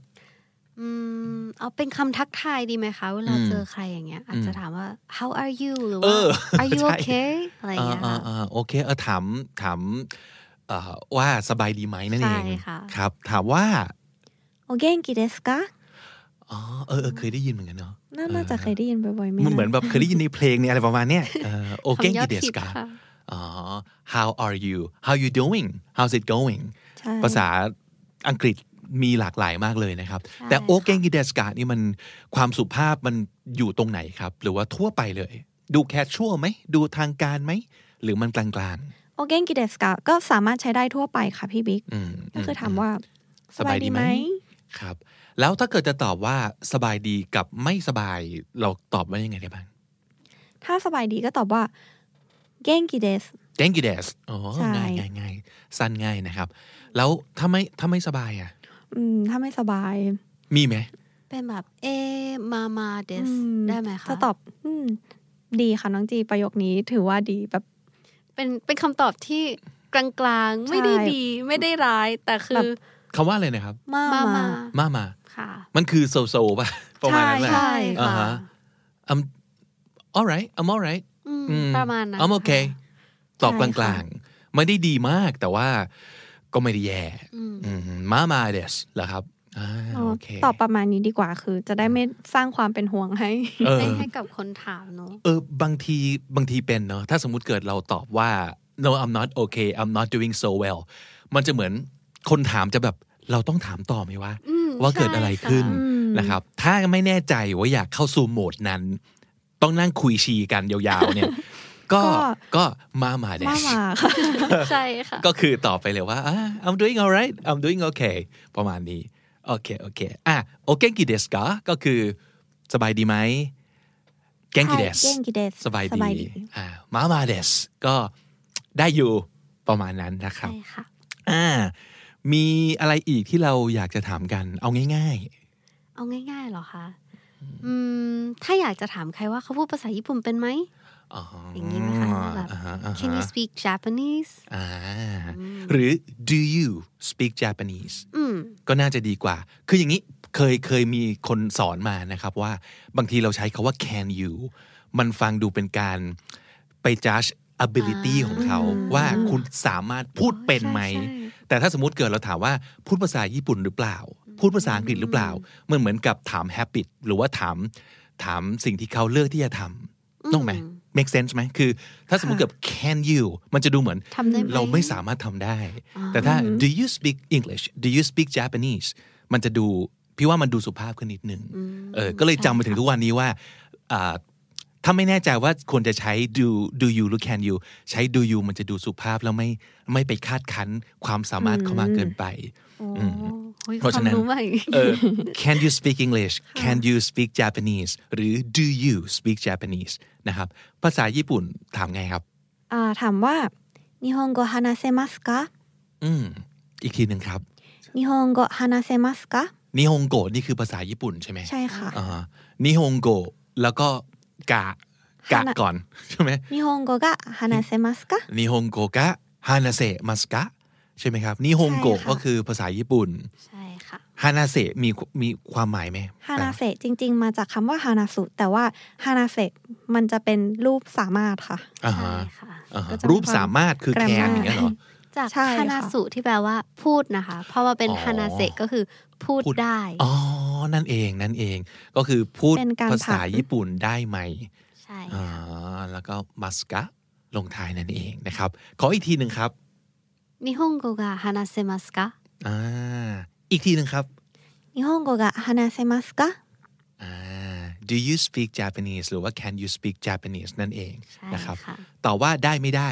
Speaker 5: อืมเอาเป็นคำทักทายดีไหมคะ เวลา
Speaker 1: อืม
Speaker 5: เจอใครอย่างเงี้ย อาจจะถามว่า how are you หรือ
Speaker 1: เอ
Speaker 5: ว่า
Speaker 1: อ
Speaker 5: are you
Speaker 1: ใช่
Speaker 5: okay อะไรอย่างเงี้ย
Speaker 1: อ่า
Speaker 5: ค่ะ
Speaker 1: อ่าอ่าโอเคเออถามถามเอ่อว่าสบายดีไหมนั่นเอง
Speaker 5: ใช่ค่ะ
Speaker 1: ครับ ถามว่า
Speaker 4: โอเกนกิเดสกะ
Speaker 1: อ๋อเออเออเคยได้ยินเหมือนกันเนาะ
Speaker 4: น่าน่าจะเคยได้ยินบ่อยๆไหม
Speaker 1: มันเหมือนะ แบบเคยได้ยินในเพลงเนี่ยอะไรประมาณเนี้ยเออโอเค
Speaker 5: คำยอ
Speaker 1: กิ
Speaker 5: ด
Speaker 1: เด
Speaker 5: ฮิ
Speaker 1: ส
Speaker 5: ต
Speaker 1: กา
Speaker 5: ค่ะ
Speaker 1: อ๋อ how are you how you doing how's it going
Speaker 4: ใช่
Speaker 1: ภาษาอังกฤษมีหลากหลายมากเลยนะครับ
Speaker 5: ใช่
Speaker 1: แต่
Speaker 5: ค่ะ
Speaker 1: โอเกงกิเดสกานี่มันความสุภาพมันอยู่ตรงไหนครับ หรือว่าทั่วไปเลย ดูแคชชัวไหม ดูทางการไหม หรือมันกลาง
Speaker 4: โอเกนกิเดสกะก็สามารถใช้ได้ทั่วไปค่ะพี่บิ๊ก
Speaker 1: ๆอืม
Speaker 4: ก็คือถามว่า
Speaker 1: ส
Speaker 4: ส
Speaker 1: บา
Speaker 4: บาย ย
Speaker 1: ดี
Speaker 4: ดี
Speaker 1: ไห
Speaker 4: ไห
Speaker 1: ม
Speaker 4: ม
Speaker 1: ครับ แล้วถ้าเกิดจะตอบว่าสบายดีกับไม่สบายเราตอบว่ายังไงได้บ้าง
Speaker 4: ถ้าสบายดีก็ตอบว่าเก้งกิเดส
Speaker 1: แ a n k you des อ๋อ
Speaker 4: ใช่
Speaker 1: ง่ายง่ายง่ายสั้นง่ายนะครับ แล้วถ้าไม่ถ้าไม่สบายอ่ะ
Speaker 4: อืมถ้าไม่สบาย
Speaker 1: มีไหม
Speaker 5: เป็นแบบเอมามาเดส
Speaker 4: อืม
Speaker 5: ได้ไหมคะ
Speaker 4: จะตอบอืมดีค่ะน้องจีประโยคนี้ถือว่าดีแบบ
Speaker 5: เป็นเป็นคำตอบที่กลางๆ ไม่ได้
Speaker 4: ใช่
Speaker 5: ดีไม่ได้ร้าย แต่คื
Speaker 4: แบ
Speaker 5: อบ
Speaker 1: คำว่าอะไรนะครับ
Speaker 4: มา
Speaker 5: มามา
Speaker 4: มา
Speaker 1: มามา
Speaker 5: ค่ะ
Speaker 1: มันคือโซโซป่ะ ประมาณนั้นแหละ
Speaker 5: ใช่
Speaker 1: อ่า
Speaker 5: ค่ะ
Speaker 1: ฮะ I'm alright I'm alright
Speaker 5: อืม
Speaker 1: อืม
Speaker 5: ประมาณนั้น
Speaker 1: I'm okay ตอบก
Speaker 4: ใช่
Speaker 1: ล
Speaker 4: ค่ะ
Speaker 1: างๆ ไม่ได้ดีมากแต่ว่าก็ไม่ได้แย่
Speaker 5: อืม
Speaker 1: อืมมามาเดสเหรอครับอ่าโอเค
Speaker 4: ตอบประมาณนี้ดีกว่าคือ จะได้ไม่สร้างความเป็นห่วงให้
Speaker 1: เอ
Speaker 5: ให้
Speaker 1: อ
Speaker 5: ให้กับคนถามเนอะ
Speaker 1: เออบางทีบางทีเป็นเนาะถ้าสมมุติเกิดเราตอบว่า no I'm not okay I'm not doing so well มันจะเหมือนคนถามจะแบบเราต้องถามต่อไหมว่า
Speaker 5: อืม
Speaker 1: ว่าเกิดอะไรขึ้น
Speaker 5: ใช่ค่ะ
Speaker 4: อืม
Speaker 1: นะครับ ถ้าไม่แน่ใจว่าอยากเข้าสู่โหมดนั้น ต้องนั่งคุยชีกันยาวๆเนี่ย ก็ก็มามาเด
Speaker 4: มา
Speaker 1: ส
Speaker 4: มาค่ะ
Speaker 5: ใช่ค่ะ
Speaker 1: ก็คือตอบไปเลยว่าอ่า I'm doing alright I'm doing okay ประมาณนี้ โอเค โอเค อ่ะโอเคกิเดสกก็คือสบายดีไหมแกงกิเดส
Speaker 4: เก้งกิเดส
Speaker 1: สบาย
Speaker 4: ส
Speaker 1: ดี
Speaker 4: บายดี
Speaker 1: อ่ามามาเดสก็ได้อยู่ประมาณนั้นนะครับ
Speaker 5: ใช่ค่ะ
Speaker 1: อ่ามีอะไรอีกที่เราอยากจะถามกัน เอาง่าย
Speaker 5: เอาง่ายๆเหรอคะอืมถ้าอยากจะถามใครว่าเขาพูดภาษาญี่ปุ่นเป็นไหม
Speaker 1: ๆอ๋ออย่าง
Speaker 5: นี้ไหมคะแบบ
Speaker 1: อ่าฮะอ่า
Speaker 5: Can you
Speaker 1: ฮะ
Speaker 5: speak Japanese
Speaker 1: อ่าหรือ do you speak Japanese
Speaker 5: อืม
Speaker 1: ก็น่าจะดีกว่า คืออย่างนี้เคยเคยมีคนสอนมานะครับว่าบางทีเราใช้คาว่า can you มันฟังดูเป็นการไป judge ability
Speaker 5: อ่า
Speaker 1: ของเขาว่าคุณสามารถพูดเป็นไหม
Speaker 5: ใช่ใช่
Speaker 1: แต่ถ้าสมมติเกิดเราถามว่าพูดภาษาญี่ปุ่นหรือเปล่า พูดภาษาอังกฤษหรือเปล่า มันเหมือนกับถาม habit หรือว่าถาม ถามสิ่งที่เขาเลือกที่จะทำต้องไหม make sense ไหมคือ ถ้าสมมติเกิด can you มันจะดูเหมือน
Speaker 5: ทำได้ไหม
Speaker 1: เราไม่สามารถทำได้ แต่ถ้า do you speak English do you speak Japanese มันจะดู พี่ว่ามันดูสุภาพขึ้นนิดนึงเออก็เลยจำมาถึงทุกวันนี้ว่าอ่าถ้าไม่แน่ใจว่าควรจะใช้ do do you หรือ can you ใช้ do you มันจะดูสุภาพแล้วไม่ไม่ไปคาดคั้นความสามารถเขามากเกินไป
Speaker 5: โอ้ย
Speaker 1: เพราะ
Speaker 5: ค
Speaker 1: ฉะ
Speaker 5: วาม
Speaker 1: นั้น
Speaker 5: รู้ใหม่
Speaker 1: เออ Can you speak English Can you speak Japanese หรือ Do you speak Japanese นะครับภาษาญี่ปุ่นถามไงครับ
Speaker 4: อ่าถามว่านิฮงโกฮานาเซมัสกะ
Speaker 1: อืมอีกทีหนึ่งครับ
Speaker 4: นิฮงโกฮานาเซมัสกะ
Speaker 1: นิฮงโกะนี่คือภาษาญี่ปุ่นใช่ไหม
Speaker 4: ใช่ค่ะ
Speaker 1: อ่านิฮงโกะแล้วก็กะกะก่อน ใช่ไหม
Speaker 4: นิฮงโกกะฮานาเซมัสกะ
Speaker 1: นิฮงโกะกะฮานาเซมัสกะใช่ไหมครับนิฮงโกะ
Speaker 4: ใช่ค่ะ
Speaker 1: ก็คือภาษาญี่ปุ่น
Speaker 5: ใช่ค่ะ
Speaker 1: ฮานาเซมีมีความหมายไหม
Speaker 4: ฮานาเซจริง ๆ มาจากคำว่าฮานาสุแต่ว่าฮานาเซมันจะเป็นรูปสามารถค่ะ
Speaker 1: อ่าฮะ
Speaker 5: ใช่ค่ะ
Speaker 1: อ่าฮะ
Speaker 4: ก็จะ
Speaker 1: รูปสามารถคือ
Speaker 4: แกรม
Speaker 1: แคน
Speaker 4: มา
Speaker 1: อย่างเงี้ยเหรอ
Speaker 5: จาก
Speaker 4: ใช่ค่ะ
Speaker 5: ฮานาสุที่แปลว่าพูดนะคะ เพราะว่าเป็น
Speaker 1: อ๋อ
Speaker 5: ฮานาเซก็คือพูด
Speaker 1: พูด
Speaker 5: ได้
Speaker 1: อ๋อ นั่นเองนั่นเองก็คือพูด
Speaker 4: เป็นการ
Speaker 1: ภาษา
Speaker 4: ผัน
Speaker 1: ญี่ปุ่นได้ไหม
Speaker 5: ใช่
Speaker 1: อ่า
Speaker 5: ค่ะ
Speaker 1: แล้วก็มัสกะลงท้ายนั่นเองนะครับ ขออีกทีหนึ่งครับ
Speaker 5: นิฮงโกกะฮานาเซมัสกะ
Speaker 1: อ่าอีกทีหนึ่งครับ
Speaker 4: นิฮงโกะฮานาเซมัสกะ
Speaker 1: อ่า do you speak Japanese หรือว่า can you speak Japanese นั่นเอง
Speaker 5: ใช่
Speaker 1: นะครับ
Speaker 5: ค่ะ
Speaker 1: ตอบว่าได้ไม่ได้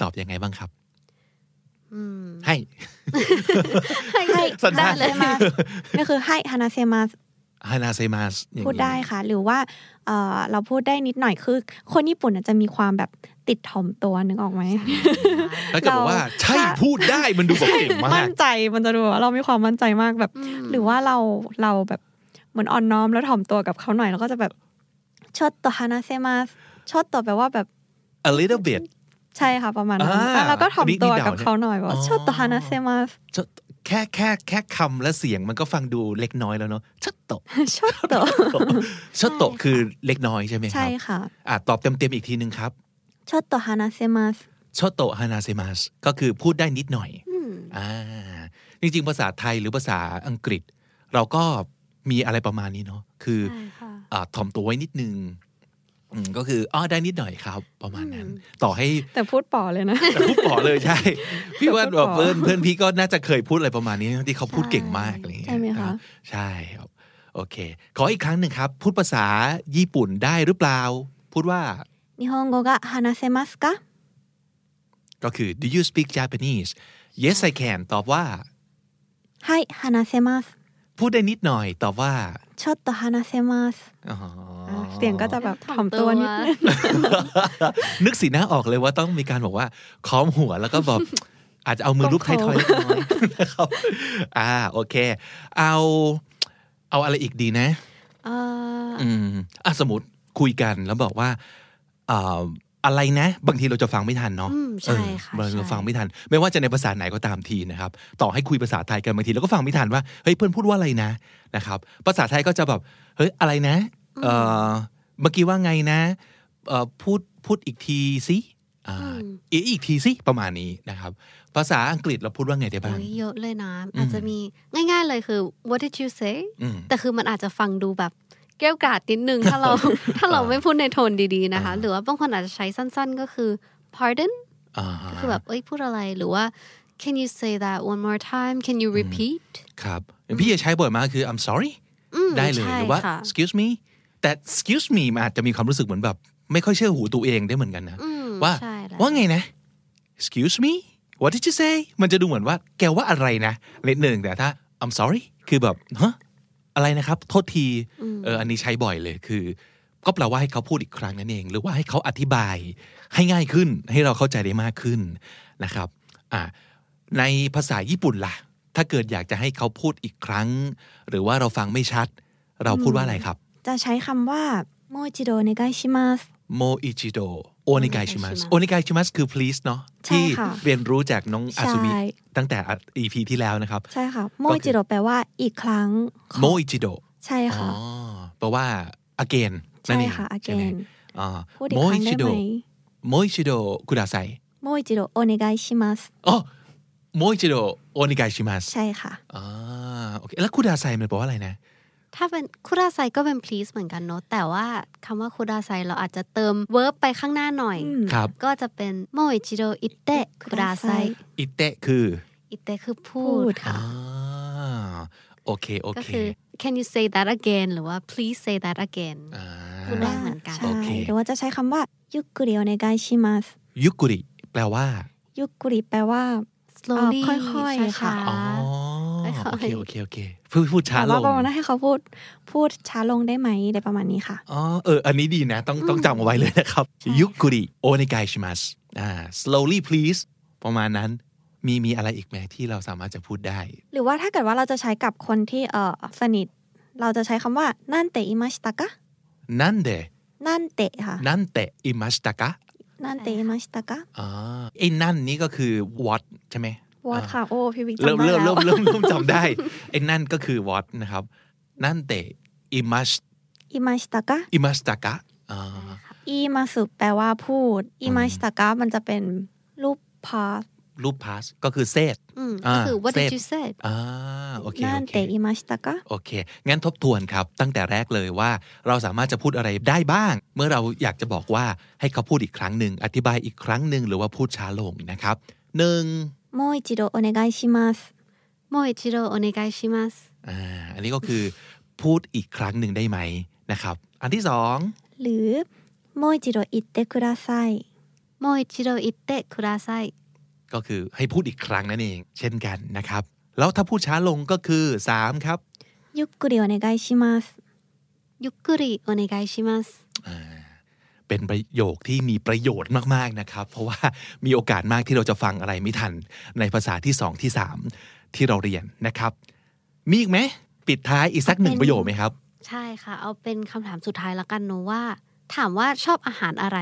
Speaker 1: ตอบยังไงบ้างครับ
Speaker 5: อืม
Speaker 1: ให้
Speaker 5: ให้
Speaker 1: สั้นๆ
Speaker 5: ได้เลย
Speaker 4: ก็คือให้ฮานาเซมัส
Speaker 1: ฮานาเซมาสอย่างนี้
Speaker 4: พูดได้ค่ะ หรือว่าเอ่อเราพูดได้นิดหน่อยคือ คนญี่ปุ่นน่ะจะมีความแบบติดถ่อมตัวนึกออก ไหม
Speaker 1: แล้วก็บอกว่า
Speaker 4: เรา
Speaker 1: ใช่
Speaker 4: ถ้า
Speaker 1: พูดได้มันดูแบบเก่งมาก
Speaker 4: มั่นใจมันจะดูว่าเรามีความมั่นใจมากแบบ
Speaker 5: อืม
Speaker 4: หรือว่าเราเราแบบเหมือนอ่อนน้อมแล้วถ่อมตัวกับเขาหน่อยแล้วก็จะแบบชดตัวฮานาเซมาชดตัวแปลว่าแบบ
Speaker 1: a little bit
Speaker 4: ใช่ค่ะประมาณนั้น
Speaker 1: อ่า
Speaker 4: แล้วเราก็ถ่อมตัว
Speaker 1: อันนี้นี่เดา
Speaker 4: กับเขาหน่อยว่า
Speaker 1: อ๋อ
Speaker 4: ชดตัวฮานาเซมา
Speaker 1: จะแค่แค่แค่คำและเสียงมันก็ฟังดูเล็กน้อยแล้วเนาะชะโตะ
Speaker 4: ชดตัว
Speaker 1: ชะโตะคือเล็กน้อยใช่ไหมค
Speaker 4: ใช่
Speaker 1: รับ
Speaker 4: ค่ะ
Speaker 1: อ่ะตอบเต็มๆอีกทีหนึ่งครับ
Speaker 4: ชดตัวฮานาเซมา
Speaker 1: โชโตฮานาเซมัสก็คือพูดได้นิดหน่อย
Speaker 5: อืม
Speaker 1: อ่าจริงๆ ภาษาไทยหรือภาษาอังกฤษ เราก็มีอะไรประมาณนี้เนาะคือ
Speaker 5: ใช่ค่ะ
Speaker 1: อาถ่อมตัวไว้นิดนึงอืมก็คืออ๋อได้นิดหน่อยครับ ประมาณนั้น
Speaker 5: อื
Speaker 1: ต่อให้
Speaker 4: แต่พูดป่อเลยนะ
Speaker 1: แต่พูดต่อเลยใช่ พี่ว่าแบบ
Speaker 4: แต่พูดต่อ
Speaker 1: เพื่อนเพื่อนพี่ก็น่าจะเคยพูดอะไรประมาณนี้นะที่เขาพูดเก่งมากอะไรอย่างเงี้ย
Speaker 4: ใช่ไหมคะ
Speaker 1: รับใช่ครับโอเค ขออีกครั้งหนึ่งครับ พูดภาษาญี่ปุ่นได้หรือเปล่า พูดว่า
Speaker 4: นิฮงโกะฮานาเซมัสกะ
Speaker 1: ก็คือ do you speak Japanese yes I can ตอบว่า
Speaker 4: ให้ฮานาเซมัส
Speaker 1: พูดได้นิดหน่อยตอบว่า
Speaker 4: ชดตัวฮานาเซมัส
Speaker 1: อ๋อ
Speaker 4: เสียงก็จะแบบ
Speaker 5: ถ่
Speaker 4: ถ่
Speaker 5: อ
Speaker 4: อ
Speaker 5: ม
Speaker 4: ม
Speaker 5: ตั
Speaker 4: ตัว วนิดนึง
Speaker 1: นึกสีหน้าออกเลยว่าต้องมีการบอกว่าค้อมหัวแล้วก็แบบ อาจจะเอามือรูปไทยทอยเล็กน้อยนะครับอ่าโอเค เอา เอาอะไรอีกดีนะ
Speaker 5: เอ่อ
Speaker 1: อืมอ่ะสมมติคุยกันแล้วบอกว่าเอ่ออะไรนะ บางทีเราจะฟังไม่ทันเนาะ
Speaker 5: อืม
Speaker 1: เอ
Speaker 5: ใช่
Speaker 1: อ
Speaker 5: ค่ะ
Speaker 1: บางทีเรา
Speaker 5: ใช่
Speaker 1: ฟังไม่ทัน ไม่ว่าจะในภาษาไหนก็ตามทีนะครับ ต่อให้คุยภาษาไทยกันบางทีเราก็ฟังไม่ทันว่าเฮ้ยเพื่อนพูดว่าอะไรนะนะครับ ภาษาไทยก็จะแบบเฮ้ยอะไรนะเออเมื่อกี้ว่าไงนะเอ่อพูดพูดอีกทีสิอ่าอีอีกทีสิประมาณนี้นะครับ ภาษาอังกฤษเราพูดว่าไงได้บ้าง
Speaker 5: โอ้ยเยอะเลยนะ อาจจะมีง่าย ๆ เลยคือ what did you say
Speaker 1: อืม
Speaker 5: แต่คือมันอาจจะฟังดูแบบเกรี้ยวกราดนิดนึง ถ้าเรา ถ้าเราไม่พูดในโทนดีๆนะคะ หรือว่าบางคนอาจจะใช้สั้นๆ ก็คือ pardon
Speaker 1: อ่า
Speaker 5: ก็คือแบบเอ้ยพูดอะไรหรือว่า can you say that one more time can you repeat
Speaker 1: ครับพี่จะใช้บ่อยมากคือ I'm sorry
Speaker 5: อืม
Speaker 1: ได้เลย
Speaker 5: ใช่
Speaker 1: หรือว่า
Speaker 5: ค่ะ
Speaker 1: excuse me แต่ excuse me มันอาจจะมีความรู้สึกเหมือนแบบ ไม่ค่อยเชื่อหูตัวเองได้เหมือนกันนะ
Speaker 5: อืม
Speaker 1: ว่า
Speaker 5: ใช่แล้ว
Speaker 1: ว่าไงนะ excuse me what did you say มันจะดูเหมือนว่าแกว่าอะไรนะนิดหนึ่งแต่ถ้า I'm sorry คือแบบฮะอะไรนะครับ โทษทีเอออันนี้ใช้บ่อยเลยคือ ก็แปลว่าให้เขาพูดอีกครั้งนั่นเอง หรือว่าให้เขาอธิบายให้ง่ายขึ้น ให้เราเข้าใจได้มากขึ้นนะครับอ่า ในภาษาญี่ปุ่นล่ะ ถ้าเกิดอยากจะให้เขาพูดอีกครั้ง หรือว่าเราฟังไม่ชัด เราพูดว่าอะไรครับ
Speaker 4: จะใช้คำว่าโมจิโดเนกายชิมัส
Speaker 1: โมอิจิโดโอนิกายชิมัส
Speaker 5: Onigashimasu
Speaker 1: โอนิกายชิมัสคือ please เนาะ
Speaker 4: ใช่
Speaker 1: ที่
Speaker 4: ค่ะ
Speaker 1: เรียนรู้จากน้องอาซูมิ
Speaker 4: ใช่
Speaker 1: ตั้งแต่ EP ที่แล้วนะครับ
Speaker 4: ใช่ค่ะโมจิโดแปลว่าอีกครั้งขอ
Speaker 1: โมอิจิโด
Speaker 4: ใช่
Speaker 1: อ๋อ
Speaker 4: ค่ะ
Speaker 1: แปลว่า again นั่
Speaker 4: ใช่
Speaker 1: นเอง
Speaker 4: ค่ะ
Speaker 1: ใช่ไหม
Speaker 4: again
Speaker 1: อ่า
Speaker 4: พูดอีก
Speaker 1: โมอิ
Speaker 4: ครั้งได้
Speaker 1: จิโด
Speaker 4: ไหม
Speaker 1: โมอิจิโดคุดาไซ
Speaker 4: โมจิโดโอเนกายชิมัส
Speaker 1: อ๋อโมอิจิโดโอนิกายชิมัส
Speaker 4: ใช่ค่ะ
Speaker 1: อ่าโอเคแล้วคุดาไซมันแปลว่าอะไรนะ
Speaker 5: ถ้าเป็นคุราไซก็เป็น please เหมือนกันเนอะแต่ว่าคำว่าคุราไซเราอาจจะเติม verb ไปข้างหน้าหน่อย
Speaker 4: อืม
Speaker 1: ครับ
Speaker 5: ก็จะเป็นโมอิจิโดอิเตะคุราไซ
Speaker 1: อิเตะคือ
Speaker 5: อิเตะคือพู
Speaker 4: พู
Speaker 5: ด
Speaker 4: ด
Speaker 5: ค่ะ
Speaker 1: อ่าโอเค โอ
Speaker 5: ก็
Speaker 1: เค
Speaker 5: คือ can you say that again หรือว่า please say that again
Speaker 1: อ่า
Speaker 5: พูดได้เหมือนกัน
Speaker 4: ใช่
Speaker 1: โอเค
Speaker 4: หรือว่าจะใช้คำว่ายุกุริโอเนกายชิมัส
Speaker 1: ยุกุริแปลว่า
Speaker 4: ยุกุริแปลว่า
Speaker 5: slowly
Speaker 4: อ่าค่อยๆ
Speaker 5: ช้า
Speaker 4: ค่ะ
Speaker 1: อ๋อ
Speaker 5: ๆค่
Speaker 1: โอ
Speaker 5: อ
Speaker 1: เค
Speaker 5: ย
Speaker 1: โอเคโอเคพูดพูดช้าล
Speaker 4: แต่ว่าง ประมาณนั้นให้เขาพูดพูดช้าลงได้ไหมอะไรประมาณนี้ค่ะ
Speaker 1: อ๋อเอออันนี้ดีนะ ต้องต้องจำเอาไว้เลยนะครับ ยุกุริโอเนกายชิมัสอ่า slowly please ประมาณนั้นมีมีอะไรอีกไหมที่เราสามารถจะพูดได้
Speaker 4: หรือว่าถ้าเกิดว่าเราจะใช้กับคนที่เออสนิท เราจะใช้คำว่านั่นเตะอิมาชิตะกะ
Speaker 1: นั่นเดะ
Speaker 4: นั่นเตะค่ะ
Speaker 1: นั่นเตะอิมัสตะกะ
Speaker 4: นั่นเตะอิมาชิตะกะ
Speaker 1: อ๋อไอ้นั่นนี่ก็คือ what ใช่ไหม
Speaker 4: วอดค่ะ โอ้ พี่วิกจำ
Speaker 1: เริ่ม
Speaker 4: ได้
Speaker 1: เริ่ม
Speaker 4: แล้
Speaker 1: เริ่
Speaker 4: ว
Speaker 1: มเริ่มเริ่มจำได้ไอ้นั่นก็คือวอตนะครับ นั่นเตะอิมัช
Speaker 4: อิมาชิตากะ
Speaker 1: อิมัชตากะอ่า
Speaker 4: อิมาสุแปลว่าพูดอิมาชิตากะมันจะเป็นรูปพาส
Speaker 1: รูปพาสก็คือเซต
Speaker 5: อืม
Speaker 1: อ่า
Speaker 5: ก็คือ what
Speaker 1: เสร็
Speaker 5: did
Speaker 1: จ
Speaker 5: you say
Speaker 1: อ่าโอเค
Speaker 4: นั่น
Speaker 1: โอเค
Speaker 4: เตะอิมาชิตากะ
Speaker 1: โอเค งั้นทบทวนครับ ตั้งแต่แรกเลยว่าเราสามารถจะพูดอะไรได้บ้าง เมื่อเราอยากจะบอกว่าให้เขาพูดอีกครั้งหนึ่ง อธิบายอีกครั้งหนึ่งหรือว่าพูดช้าลงนะครับหนึ่ง
Speaker 4: โมอิจิโดโอเนกายชิมัส
Speaker 5: โมอิจิโรโอเนกายชิมัส
Speaker 1: อ่าอันนี้ก็คือพูดอีกครั้งหนึ่งได้ไหมนะครับ อันที่สอง
Speaker 4: หรือโมอิจิโดอิเตคุราไซ
Speaker 5: โมอิจิโรอิเตะคุราไซ
Speaker 1: ก็คือให้พูดอีกครั้งนั่นเอง เช่นกันนะครับ แล้วถ้าพูดช้าลงก็คือสามครับ
Speaker 4: ยุกกุริโอเนกายชิมัส
Speaker 5: ยุกุริโอเนกายชิมัส
Speaker 1: อ่าเป็นประโยคที่มีประโยชน์มากๆนะครับ เพราะว่ามีโอกาสมากที่เราจะฟังอะไรไม่ทัน ในภาษาที่สองที่สามที่เราเรียนนะครับ มีอีกไหม ปิดท้ายอีกสักหนึ่งประโยคไหมครับ
Speaker 5: ใช่ค่ะ เอาเป็นคำถามสุดท้ายละกันเนอะว่า ถามว่าชอบอาหารอะไร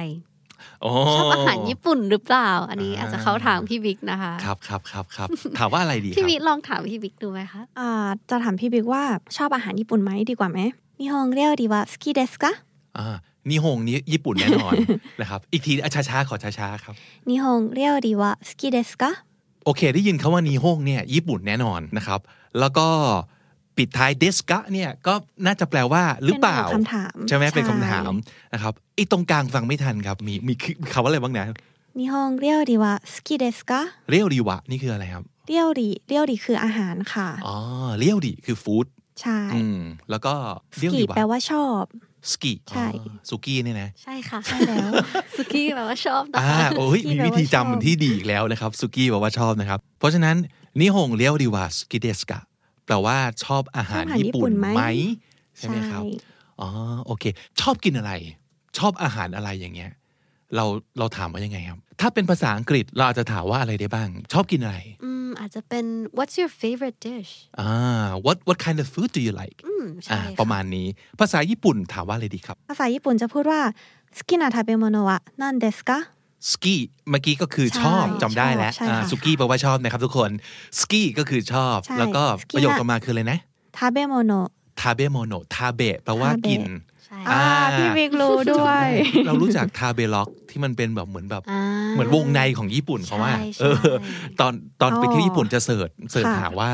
Speaker 5: ชอบอาหารญี่ปุ่นหรือเปล่า อันนี้
Speaker 1: อ่า
Speaker 5: อาจจะเขาถามพี่บิ๊กนะคะ
Speaker 1: ครับครับครับครับถามว่าอะไรดีค
Speaker 5: พี่
Speaker 1: รับ
Speaker 5: บิ๊กลองถามพี่บิ๊กดูไหมคะ
Speaker 4: อ่าจะถามพี่บิ๊กว่าชอบอาหารญี่ปุ่นไหมดีกว่าไหมนิฮงเรียวดีว่าสกีเดสกะ
Speaker 1: อ่านิฮงนี้ญี่ปุ่นแน่นอน นะครับ อีกทีอ่ะช้าๆขอช้าๆครับ
Speaker 4: นิฮงเรียวดีว่าสกีเดสกะ
Speaker 1: โอเค ได้ยินคำว่านีฮงเนี่ยญี่ปุ่นแน่นอนนะครับ แล้วก็ปิดท้ายเดสกะเนี่ยก็น่าจะแปลว่าหรือเปล่า
Speaker 4: นคำถาม
Speaker 1: ใช่ไหมเป็นคำถามนะครับไอ้ตรงกลางฟังไม่ทันครับ มีมีคือคำว่าอะไรบ้างนะ
Speaker 4: นิฮงเรียวดีว่าสกีเดสกะ
Speaker 1: เรียวดีวะนี่คืออะไรครับ
Speaker 4: เรียวดีเรียวดีคืออาหารค่ะ
Speaker 1: อ๋อเรียวดีคือฟู้ด
Speaker 4: ใช่
Speaker 1: อืมแล้วก็
Speaker 4: ส
Speaker 1: เรียว
Speaker 4: กี
Speaker 1: ดีวะ
Speaker 4: แปลว่าชอบ
Speaker 1: สกี
Speaker 4: ใช่
Speaker 1: อ๋อสุกี้เนี่ยนะ
Speaker 5: ใช่ ค่ะ
Speaker 4: ใช่แล้ว
Speaker 5: สุกี้แบบว่าชอบนะ
Speaker 1: อ่า
Speaker 5: คะ
Speaker 1: โอ้ย
Speaker 4: สุกี้
Speaker 1: มีวิธี
Speaker 4: แปลว่าชอบ
Speaker 1: จำที่ดีอีกแล้วนะครับสุกี้แปลว่าชอบนะครับ เพราะฉะนั้นนิฮงเรียวดีวะสกิเดสกะแปลว่าชอบอาหารญี่ปุ่นไหมใช่ไหมครับ อ๋อโอเค ชอบกินอะไร ชอบอาหารอะไรอย่างเงี้ย เราเราถามว่ายังไงครับ ถ้าเป็นภาษาอังกฤษเราอาจจะถามว่าอะไรได้บ้าง ชอบกินอะไร
Speaker 5: อืมอาจจะเป็น what's your favorite dish
Speaker 1: อ่า what what kind of food do you like
Speaker 5: อืมใช่
Speaker 1: อ่า
Speaker 5: ค่
Speaker 1: ประมาณนี้ ภาษาญี่ปุ่นถามว่าอะไรดีครับ
Speaker 4: ภาษาญี่ปุ่นจะพูดว่าสกินาทาเบโมโนะนั่นเดสกะ
Speaker 1: สกีเมื่อกี้ก็คือ
Speaker 4: ใช่
Speaker 1: ชอบจำได้แล้ว
Speaker 4: ชอบใช่ค่ะ
Speaker 1: อ่าสุกี้แปลว่าชอบนะครับทุกคนสกีก็คือชอบ
Speaker 4: ใช่
Speaker 1: แล้วก็
Speaker 4: สกี้
Speaker 1: ประโยคต่อมาคืออะไรนะ
Speaker 4: ทาเบโมโนะ
Speaker 1: ทาเบโมโนทาเบะแปลว่า
Speaker 4: ทาเบะ
Speaker 1: กิน
Speaker 5: ใช่
Speaker 1: อ่า
Speaker 4: อ่าพี่วิกรู้ด้ว
Speaker 1: จำได้
Speaker 4: ย
Speaker 1: เรารู้จักทาเบล็อกที่มันเป็นแบบเหมือนแบบ
Speaker 5: อ่า
Speaker 1: เหมือนวงในของญี่ปุ่นเพราะว่า
Speaker 5: ใช่
Speaker 1: เออ
Speaker 5: ใช่
Speaker 1: ตอนตอน
Speaker 4: อ๋อ
Speaker 1: ไปเที่ยวญี่ปุ่นจะเสิร์ชเสิร์ช
Speaker 4: ค่ะ
Speaker 1: หาว่า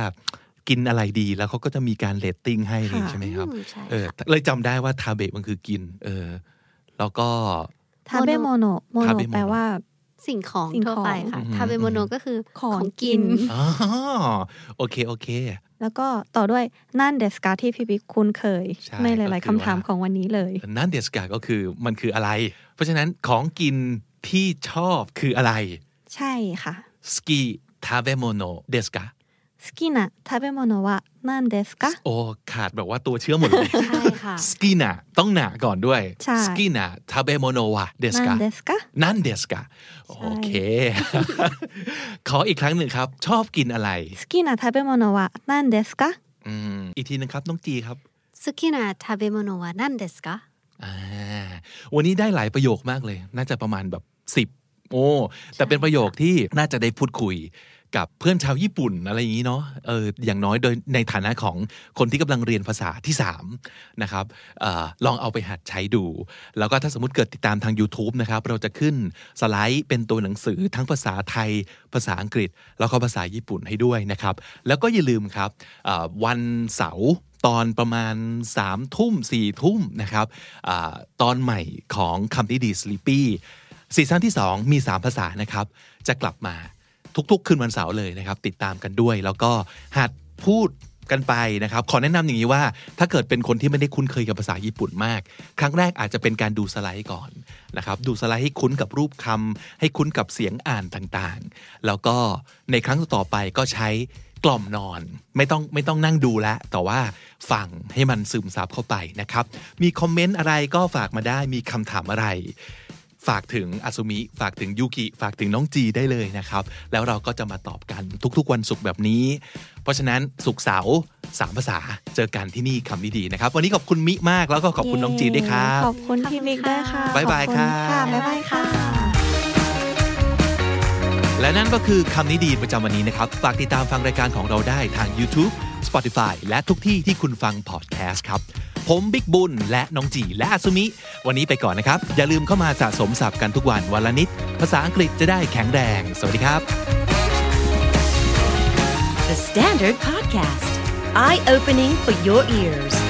Speaker 1: กินอะไรดีแล้วเขาก็จะมีการเรตติ้งให้เลย
Speaker 4: ค่ะ
Speaker 1: ใช่ไหมครับ
Speaker 5: อืมใช่
Speaker 1: เออ
Speaker 5: ค่ะ
Speaker 1: เลยจำได้ว่าทาเบะมันคือกิน เออ แล้วก็
Speaker 4: ทาเบโมโนะโม
Speaker 1: ทาเบ
Speaker 4: โนะ
Speaker 1: โมโนะ
Speaker 4: แปลว่า
Speaker 5: สิ่งของ
Speaker 4: สิ่ง
Speaker 5: ทั่วไปค่ะ
Speaker 1: ของ
Speaker 5: ทาเบโมโนก็คือ
Speaker 4: ของกิน
Speaker 1: อ๋อโอเคโอเค
Speaker 4: แล้วก็ต่อด้วยนั่นเดสกะที่พี่บิ๊กคุ้นเคย
Speaker 1: ใช่
Speaker 4: ในหลาย
Speaker 1: ก็
Speaker 4: ๆ
Speaker 1: คือ
Speaker 4: คำถามของวันนี้เลย
Speaker 1: นั่นเดสกาก็คือมันคืออะไร เพราะฉะนั้นของกินที่ชอบคืออะไร
Speaker 4: ใช่ค่ะ
Speaker 1: สกีทาเบโมโนเดสกา
Speaker 4: สกินาทาเบโมโนะนั่นเดสกะ
Speaker 1: โอ้ขาดแบบว่าตัวเชื่อหมดเลย
Speaker 5: ใช่ค่ะ
Speaker 1: สกีน่ะต้องหนาก่อนด้วย
Speaker 4: ใช่
Speaker 1: สกีน่ะทาเบโมโนวะเดส
Speaker 4: นั่น
Speaker 1: กา
Speaker 4: เดสกะ
Speaker 1: นั่นเดสกะโอเค ขออีกครั้งหนึ่งครับ ชอบกินอะไร
Speaker 4: สกินาทาเบโมโนะนั่นเดสกะ
Speaker 1: อืมอีกทีหนึงครับน้องจีครับ
Speaker 5: สุกินาทาเบโมโนะนั่นเดสกะ
Speaker 1: อ่าวันนี้ได้หลายประโยคมากเลย น่าจะประมาณแบบสิบ10 โอ้ แต่เป็นประโยคที่น่าจะได้พูดคุยกับเพื่อนชาวญี่ปุ่นอะไรอย่างนี้เนาะเอออย่างน้อยโดยในฐานะของคนที่กำลังเรียนภาษาที่3นะครับเออลองเอาไปหัดใช้ดู แล้วก็ถ้าสมมติเกิดติดตามทาง YouTube นะครับ เราจะขึ้นสไลด์เป็นตัวหนังสือทั้งภาษาไทย ภาษาอังกฤษ แล้วก็ภาษาญี่ปุ่นให้ด้วยนะครับ แล้วก็อย่าลืมครับเอ่อวันเสาร์ตอนประมาณ3ามทุ่มสี่ทุ่มนะครับอาตอนใหม่ของคำนี้ดี Sleepy ซีซั่นที่ 2 มี 3 ภาษานะครับ จะกลับมาทุกๆ คืนวันเสาร์เลยนะครับ ติดตามกันด้วย แล้วก็หัดพูดกันไปนะครับ ขอแนะนำอย่างนี้ว่า ถ้าเกิดเป็นคนที่ไม่ได้คุ้นเคยกับภาษาญี่ปุ่นมาก ครั้งแรกอาจจะเป็นการดูสไลด์ก่อนนะครับ ดูสไลด์ให้คุ้นกับรูปคำให้คุ้นกับเสียงอ่านต่างๆ แล้วก็ในครั้งต่อๆไปก็ใช้กล่อมนอน ไม่ต้องไม่ต้องนั่งดูแล้วแต่ว่าฟังให้มันซึมซับเข้าไปนะครับ มีคอมเมนต์อะไรก็ฝากมาได้มีคำถามอะไร ฝากถึงอาซุมิฝากถึงยูกิฝากถึงน้องจีได้เลยนะครับ แล้วเราก็จะมาตอบกันทุกๆ วันศุกร์แบบนี้ เพราะฉะนั้นศุกร์เสาร์สามภาษาเจอกันที่นี่คำนี้ดีนะครับ วันนี้ขอบคุณมิมากแล้วก็ขอบคุณน้องจีด้วยครับ
Speaker 4: ขอบคุณพี่บิ๊กด้วยค่ะ
Speaker 1: บ๊ายบาย
Speaker 4: ขอณ
Speaker 1: ครับ
Speaker 4: บ๊ายบายค่ะ
Speaker 5: ะ
Speaker 1: และนั่นก็คือคำนี้ดีประจำวันนี้นะครับ ฝากติดตามฟังรายการของเราได้ทาง YouTube Spotify และทุกที่ที่คุณฟังพอดแคสต์ครับ ผมบิ๊กบุญและน้องจีและอาซุมิ วันนี้ไปก่อนนะครับ อย่าลืมเข้ามาสะสมศัพท์กันทุกวันวันละนิด ภาษาอังกฤษจะได้แข็งแรง สวัสดีครับ
Speaker 3: The Standard Podcast, eye opening for your ears.